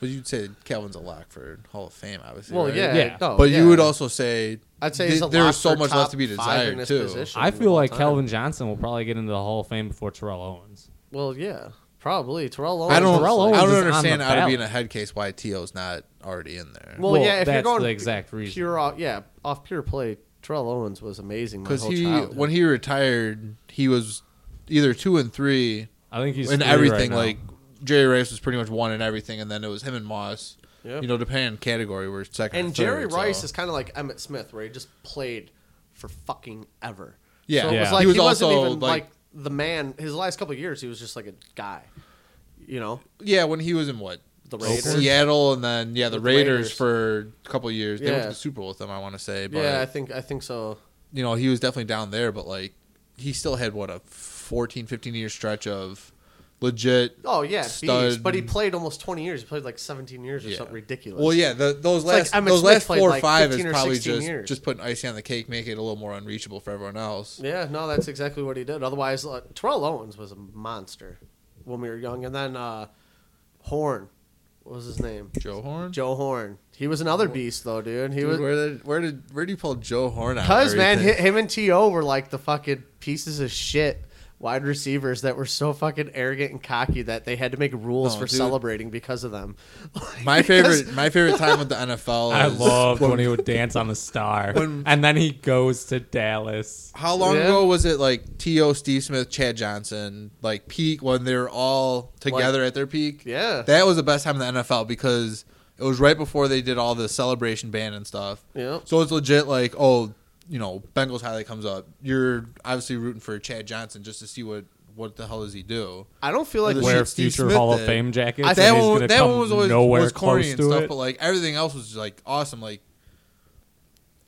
Speaker 4: but you'd say Calvin's a lock for Hall of Fame, obviously.
Speaker 3: Well,
Speaker 4: right?
Speaker 3: yeah,
Speaker 2: Yeah.
Speaker 3: no,
Speaker 4: but
Speaker 3: yeah.
Speaker 4: you would also say
Speaker 3: I'd say
Speaker 4: th-
Speaker 3: he's a
Speaker 4: there
Speaker 3: lock
Speaker 4: was so
Speaker 3: for
Speaker 4: much
Speaker 3: top
Speaker 4: left to be
Speaker 3: five
Speaker 4: desired
Speaker 3: in this
Speaker 4: too.
Speaker 3: position.
Speaker 2: I feel
Speaker 3: all
Speaker 2: like
Speaker 3: time.
Speaker 2: Calvin Johnson will probably get into the Hall of Fame before Terrell Owens.
Speaker 3: Well, yeah, probably Terrell Owens.
Speaker 4: I don't.
Speaker 3: was
Speaker 2: Terrell
Speaker 3: like-
Speaker 4: I
Speaker 2: Owens is
Speaker 4: don't
Speaker 2: on the
Speaker 4: understand how to be
Speaker 2: ballot.
Speaker 4: in a head case why To's not already in there.
Speaker 3: Well,
Speaker 2: Well,
Speaker 3: yeah, if you're
Speaker 2: that's
Speaker 3: going
Speaker 2: the exact reason.
Speaker 3: pure, off, yeah, off pure play, Terrell Owens was amazing. my
Speaker 4: because
Speaker 3: whole
Speaker 4: he
Speaker 3: childhood.
Speaker 4: when he retired, he was either two and three
Speaker 2: I think he's
Speaker 4: in
Speaker 2: three right
Speaker 4: everything.
Speaker 2: now.
Speaker 4: like Jerry Rice was pretty much one in everything, and then it was him and Moss.
Speaker 3: Yep.
Speaker 4: You know, depending on category, were second.
Speaker 3: and
Speaker 4: or
Speaker 3: Jerry
Speaker 4: third,
Speaker 3: Rice
Speaker 4: so.
Speaker 3: is kind of like Emmett Smith, where he just played for fucking ever.
Speaker 4: Yeah.
Speaker 3: so it was
Speaker 2: Yeah.
Speaker 3: like he,
Speaker 4: He was
Speaker 3: was not
Speaker 4: also,
Speaker 3: even like,
Speaker 4: like-
Speaker 3: the man. His last couple of years, he was just like a guy. You know,
Speaker 4: yeah when he was in what
Speaker 3: The
Speaker 4: S-
Speaker 3: Raiders.
Speaker 4: Seattle, and then yeah the
Speaker 3: With the
Speaker 4: Raiders,
Speaker 3: Raiders.
Speaker 4: for a couple of years. They went
Speaker 3: Yeah.
Speaker 4: to the Super Bowl with them, I want to say. But
Speaker 3: yeah, I think I think so.
Speaker 4: you know he was definitely down there, but like he still had what a 14, 15 year stretch of legit.
Speaker 3: Oh yeah, beast.
Speaker 4: Stud.
Speaker 3: but he played almost twenty years. He played like seventeen years or
Speaker 4: Yeah.
Speaker 3: something ridiculous.
Speaker 4: Well, yeah, the, those
Speaker 3: like
Speaker 4: last
Speaker 3: Emmitt
Speaker 4: those
Speaker 3: Smith
Speaker 4: last
Speaker 3: played,
Speaker 4: four or
Speaker 3: like,
Speaker 4: five
Speaker 3: 15
Speaker 4: is
Speaker 3: or
Speaker 4: probably
Speaker 3: 16
Speaker 4: just
Speaker 3: years.
Speaker 4: just putting icing on the cake, make it a little more unreachable for everyone else.
Speaker 3: Yeah, no, that's exactly what he did. Otherwise, uh, Terrell Owens was a monster when we were young, and then uh, Horn, what was his name?
Speaker 4: Joe Horn.
Speaker 3: Joe Horn. He was another beast, though, dude. He
Speaker 4: Dude,
Speaker 3: was
Speaker 4: where did where did where do you pull Joe Horn out? of
Speaker 3: Because man, hi-
Speaker 4: everything?
Speaker 3: him and To were like the fucking pieces of shit wide receivers that were so fucking arrogant and cocky that they had to make rules
Speaker 4: Oh,
Speaker 3: for
Speaker 4: dude.
Speaker 3: celebrating because of them.
Speaker 4: my
Speaker 3: Because-
Speaker 4: favorite my favorite time with the NFL.
Speaker 2: I
Speaker 4: is
Speaker 2: loved when he would dance on the star, and then he goes to Dallas.
Speaker 4: How long
Speaker 3: Yeah.
Speaker 4: ago was it? Like T.O. Steve Smith, Chad Johnson, like peak when they were all together at their peak.
Speaker 3: Yeah.
Speaker 4: that was the best time in the NFL because it was right before they did all the celebration band and stuff.
Speaker 3: Yeah.
Speaker 4: So it's legit like oh, you know, Bengals highlight comes up. You're obviously rooting for Chad Johnson just to see what what the hell does he do.
Speaker 3: I don't feel like
Speaker 4: Well,
Speaker 3: we-
Speaker 4: shit
Speaker 2: Wear
Speaker 4: Steve
Speaker 2: future
Speaker 4: Smith
Speaker 2: Hall of
Speaker 4: did.
Speaker 2: Fame jackets.
Speaker 4: I
Speaker 2: and
Speaker 4: that
Speaker 2: he's
Speaker 4: one,
Speaker 2: gonna
Speaker 4: that
Speaker 2: come
Speaker 4: one was always
Speaker 2: nowhere
Speaker 4: was corny
Speaker 2: close
Speaker 4: and
Speaker 2: to
Speaker 4: stuff,
Speaker 2: it.
Speaker 4: but like everything else was like awesome. Like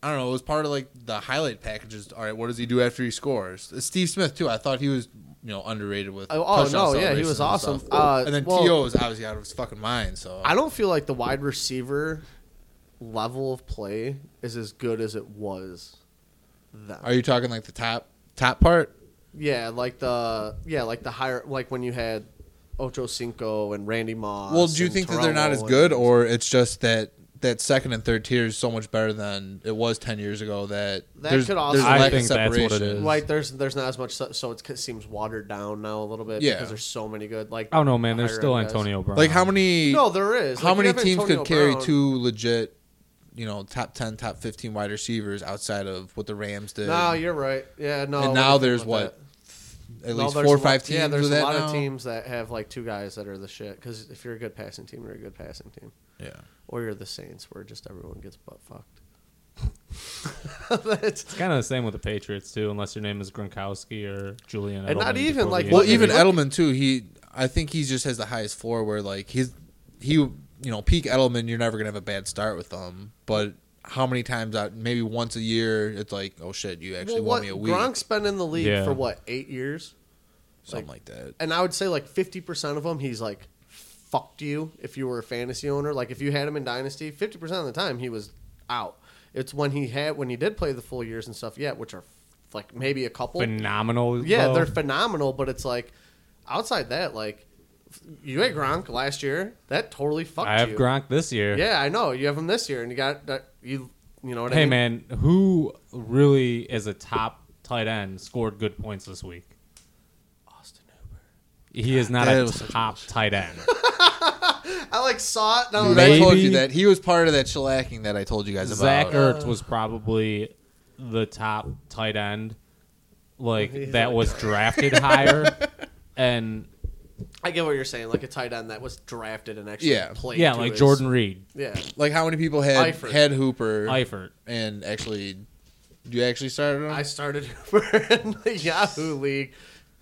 Speaker 4: I don't know, it was part of like the highlight packages. All right, what does he do after he scores? Steve Smith too. I thought he was you know underrated with.
Speaker 3: Oh, oh,
Speaker 4: touchdown
Speaker 3: no, yeah, he was
Speaker 4: celebrations and
Speaker 3: awesome.
Speaker 4: stuff.
Speaker 3: Uh,
Speaker 4: and then
Speaker 3: well-
Speaker 4: To was obviously out of his fucking mind. So
Speaker 3: I don't feel like the wide receiver level of play is as good as it was. Then.
Speaker 4: are you talking like the top top part?
Speaker 3: yeah, like the yeah, like the higher like when you had Ocho Cinco and Randy Moss.
Speaker 4: Well, do you
Speaker 3: and
Speaker 4: think that they're not
Speaker 3: Terrell
Speaker 4: as good,
Speaker 3: Owens.
Speaker 4: or it's just that that second and third tier is so much better than it was ten years ago. That
Speaker 3: That
Speaker 4: there's,
Speaker 3: could also-
Speaker 4: there's a
Speaker 2: I
Speaker 4: lack
Speaker 2: think
Speaker 4: of
Speaker 2: that's what it
Speaker 4: separation.
Speaker 2: is.
Speaker 3: Like there's there's not as much, so, so it seems watered down now a little bit.
Speaker 4: Yeah.
Speaker 3: because there's so many good. Like
Speaker 2: I don't know, man. There's
Speaker 3: higher
Speaker 2: still
Speaker 3: end guys.
Speaker 2: Antonio Brown.
Speaker 4: Like how many?
Speaker 3: No, there is.
Speaker 4: how
Speaker 3: Like, you
Speaker 4: many
Speaker 3: have
Speaker 4: teams
Speaker 3: Antonio
Speaker 4: could carry
Speaker 3: Brown.
Speaker 4: two legit, you know, top ten, top fifteen wide receivers outside of what the Rams did?
Speaker 3: No, you're right. Yeah, no.
Speaker 4: and
Speaker 3: I
Speaker 4: now
Speaker 3: wasn't
Speaker 4: there's
Speaker 3: thinking about
Speaker 4: what,
Speaker 3: that.
Speaker 4: at
Speaker 3: No,
Speaker 4: least
Speaker 3: there's
Speaker 4: four or
Speaker 3: a lot-
Speaker 4: five teams.
Speaker 3: Yeah, there's
Speaker 4: with
Speaker 3: a
Speaker 4: that
Speaker 3: lot
Speaker 4: now?
Speaker 3: of teams that have like two guys that are the shit. Because if you're a good passing team, you're a good passing team.
Speaker 4: Yeah,
Speaker 3: Or you're the Saints, where just everyone gets butt fucked. That's-
Speaker 2: It's kind of the same with the Patriots too, unless your name is Gronkowski or Julian.
Speaker 3: And not
Speaker 2: Edelman
Speaker 3: even,
Speaker 2: before
Speaker 3: like,
Speaker 2: the
Speaker 4: Well,
Speaker 2: injury.
Speaker 4: even
Speaker 3: look-
Speaker 4: Edelman too. He, I think he just has the highest floor where like he's he, you know, peak Edelman. You're never gonna have a bad start with them. But how many times out? Maybe once a year. It's like, oh shit, you actually
Speaker 3: well,
Speaker 4: won
Speaker 3: what
Speaker 4: me a week,
Speaker 3: Gronk's been in the league
Speaker 2: Yeah.
Speaker 3: for what eight years,
Speaker 4: something like that.
Speaker 3: and I would say like fifty percent of them, he's like fucked you. If you were a fantasy owner, like if you had him in dynasty, fifty percent of the time he was out. It's when he had when he did play the full years and stuff. Yeah, which are like maybe a couple.
Speaker 2: phenomenal.
Speaker 3: Yeah,
Speaker 2: though.
Speaker 3: they're phenomenal, but it's like outside that, like you had Gronk last year, that totally fucked
Speaker 2: I have
Speaker 3: you.
Speaker 2: Gronk this year.
Speaker 3: Yeah, I know you have him this year, and you got that you you know what I
Speaker 2: Hey
Speaker 3: mean.
Speaker 2: man, who really is a top tight end scored good points this week?
Speaker 3: Austin Hooper.
Speaker 2: He is not
Speaker 4: that
Speaker 2: a
Speaker 4: was such
Speaker 2: top tight end.
Speaker 3: I like saw it. No,
Speaker 4: Dude, I told you
Speaker 2: Maybe-
Speaker 4: that he was part of that shellacking that I told you guys
Speaker 2: Zach
Speaker 4: about. uh,
Speaker 2: Ertz was probably the top tight end, like
Speaker 3: He's
Speaker 2: that
Speaker 3: like-
Speaker 2: was drafted higher, and
Speaker 3: I get what you're saying. Like a tight end that was drafted and actually
Speaker 4: Yeah.
Speaker 3: played.
Speaker 2: yeah,
Speaker 3: to
Speaker 2: like
Speaker 3: his-
Speaker 2: Jordan Reed,
Speaker 3: Yeah,
Speaker 4: like how many people had
Speaker 3: Eifert.
Speaker 4: had Hooper
Speaker 2: Eifert.
Speaker 4: and actually, you actually started him.
Speaker 3: I started Hooper in the Yahoo League,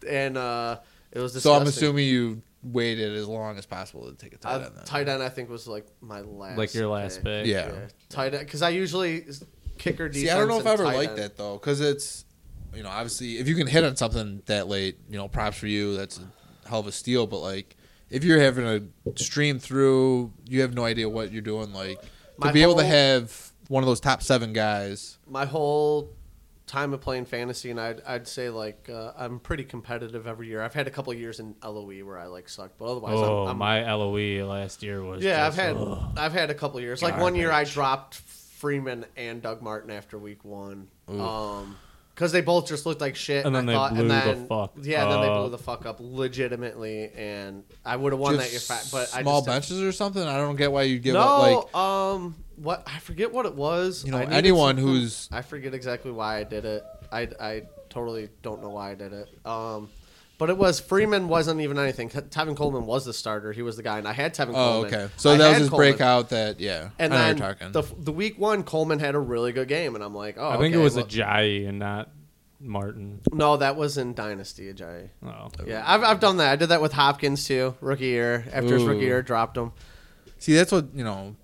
Speaker 3: and uh it was
Speaker 4: so
Speaker 3: disgusting.
Speaker 4: I'm assuming you waited as long as possible to take a tight
Speaker 3: Uh,
Speaker 4: end. then.
Speaker 3: tight end, I think, was like my last.
Speaker 2: like your last pick.
Speaker 4: Yeah.
Speaker 3: Tight end, because I usually kicker defense.
Speaker 4: See, I don't know if
Speaker 3: and
Speaker 4: I ever
Speaker 3: tight
Speaker 4: liked
Speaker 3: end.
Speaker 4: that though, because it's you know obviously if you can hit on something that late, you know props for you. That's a hell of a steal. But like if you're having a stream through, you have no idea what you're doing. Like
Speaker 3: My
Speaker 4: to be able to
Speaker 3: whole-
Speaker 4: have one of those top seven guys.
Speaker 3: my whole time of playing fantasy, and I'd, I'd say like uh, I'm pretty competitive every year. I've had a couple of years in LOE where I like sucked, but otherwise,
Speaker 2: Oh,
Speaker 3: I'm, I'm
Speaker 2: my LOE last year was.
Speaker 3: yeah. I've
Speaker 2: just-
Speaker 3: had
Speaker 2: ugh.
Speaker 3: I've had a couple of years. Like one year, I dropped Freeman and Doug Martin after week one. Um, because they both just looked like shit,
Speaker 2: And then they
Speaker 3: I thought,
Speaker 2: blew
Speaker 3: and
Speaker 2: the
Speaker 3: then,
Speaker 2: fuck
Speaker 3: Yeah, then they blew
Speaker 2: up.
Speaker 3: the fuck up legitimately, and I would have won
Speaker 4: Do you
Speaker 3: that year.
Speaker 4: have
Speaker 3: fa- But
Speaker 4: small
Speaker 3: I just
Speaker 4: benches or something. I don't get why you give
Speaker 3: no,
Speaker 4: up like
Speaker 3: um, what I forget what it was.
Speaker 4: You know,
Speaker 3: I needed
Speaker 4: anyone
Speaker 3: something-
Speaker 4: who's-
Speaker 3: I forget exactly why I did it. I, I totally don't know why I did it. Um, but it was Freeman wasn't even anything. Te- Tevin Coleman was the starter. He was the guy, and I had Tevin.
Speaker 4: oh
Speaker 3: Coleman.
Speaker 4: okay. So
Speaker 3: I
Speaker 4: that was
Speaker 3: had
Speaker 4: his
Speaker 3: Coleman.
Speaker 4: breakout. That yeah.
Speaker 3: And
Speaker 4: I know
Speaker 3: then
Speaker 4: what you're talking.
Speaker 3: the the week one, Coleman had a really good game, and I'm like, oh,
Speaker 2: I think it
Speaker 3: okay,
Speaker 2: was
Speaker 3: well-
Speaker 2: Ajayi and not Martin.
Speaker 3: no, that was in Dynasty, Ajayi.
Speaker 2: Oh.
Speaker 3: Yeah, I've, I've done that. I did that with Hopkins too, rookie year. After his
Speaker 4: Ooh.
Speaker 3: rookie year, dropped him.
Speaker 4: See, that's what you know.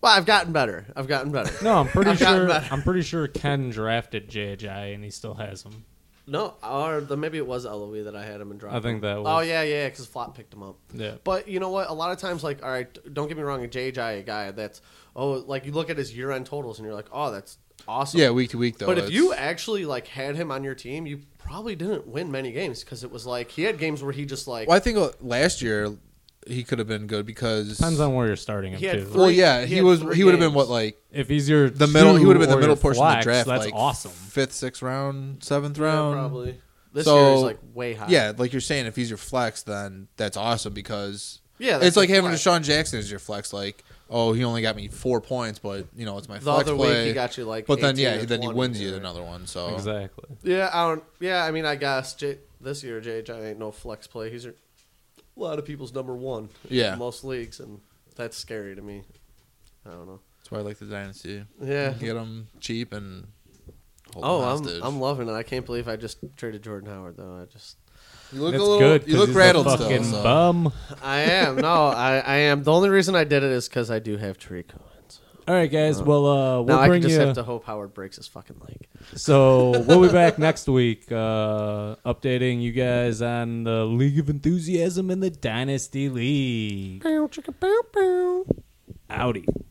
Speaker 3: Well, I've gotten better. I've gotten better.
Speaker 2: No, I'm pretty
Speaker 3: I've gotten
Speaker 2: sure.
Speaker 3: better.
Speaker 2: I'm pretty sure Ken drafted JJ and he still has him.
Speaker 3: No, or the, maybe it was LOE that I had him and dropped.
Speaker 2: I think
Speaker 3: him.
Speaker 2: that was-
Speaker 3: Oh yeah, yeah, because Flop picked him up.
Speaker 2: Yeah.
Speaker 3: But you know what? A lot of times, like, all right, don't get me wrong, a JJ a guy that's oh, like you look at his year-end totals and you're like, oh, that's awesome.
Speaker 4: Yeah, week to week though.
Speaker 3: But if
Speaker 4: it's-
Speaker 3: you actually like had him on your team, you probably didn't win many games because it was like he had games where he just like
Speaker 4: well, I think uh, last year he could have been good because
Speaker 2: Depends on where you're starting him
Speaker 3: He had
Speaker 2: too.
Speaker 4: Well,
Speaker 3: Three-
Speaker 4: yeah,
Speaker 3: he
Speaker 4: he
Speaker 3: had
Speaker 4: was.
Speaker 3: three
Speaker 4: He would have been
Speaker 3: games.
Speaker 4: what like
Speaker 2: if he's your
Speaker 4: the middle. He
Speaker 2: two
Speaker 4: would have been
Speaker 2: or
Speaker 4: the middle
Speaker 2: your
Speaker 4: portion of the
Speaker 2: flex,
Speaker 4: draft.
Speaker 2: That's
Speaker 4: like
Speaker 2: awesome.
Speaker 4: Fifth, sixth round, seventh
Speaker 3: yeah,
Speaker 4: round.
Speaker 3: probably this
Speaker 4: So-
Speaker 3: year is like way high.
Speaker 4: Yeah, like you're saying, if he's your flex, then that's awesome because
Speaker 3: Yeah, that's
Speaker 4: it's like
Speaker 3: your
Speaker 4: having
Speaker 3: flex.
Speaker 4: Deshaun Jackson as your flex. Like, oh, he only got me four points, but you know it's my
Speaker 3: The
Speaker 4: flex
Speaker 3: other week
Speaker 4: play.
Speaker 3: he got you, like,
Speaker 4: but then
Speaker 3: 18
Speaker 4: yeah,
Speaker 3: or
Speaker 4: then he
Speaker 3: 20,
Speaker 4: wins you
Speaker 3: right?
Speaker 4: another one. So
Speaker 2: Exactly.
Speaker 3: Yeah, I don't. Yeah, I mean, I guess J, this year JJ ain't no flex play. He's a a lot of people's number one.
Speaker 4: Yeah.
Speaker 3: in most leagues, and that's scary to me. I don't know.
Speaker 4: that's why I like the dynasty.
Speaker 3: Yeah.
Speaker 4: get them cheap and. Hold
Speaker 3: Oh,
Speaker 4: them
Speaker 3: I'm
Speaker 4: hostage.
Speaker 3: I'm loving it. I can't believe I just traded Jordan Howard though. I just
Speaker 4: You look
Speaker 2: That's
Speaker 4: a little.
Speaker 2: good.
Speaker 4: you
Speaker 2: 'cause
Speaker 4: look
Speaker 2: he's a
Speaker 4: rattled still.
Speaker 2: fucking
Speaker 4: so.
Speaker 2: bum.
Speaker 3: I am no, I, I am. The only reason I did it is because I do have Tariq Owens.
Speaker 2: All right, guys. Well, uh, we'll
Speaker 3: now I
Speaker 2: bring
Speaker 3: can just
Speaker 2: you.
Speaker 3: have to hope Howard breaks his fucking leg.
Speaker 2: So we'll be back next week, uh, updating you guys on the League of Enthusiasm and the Dynasty League. Outie.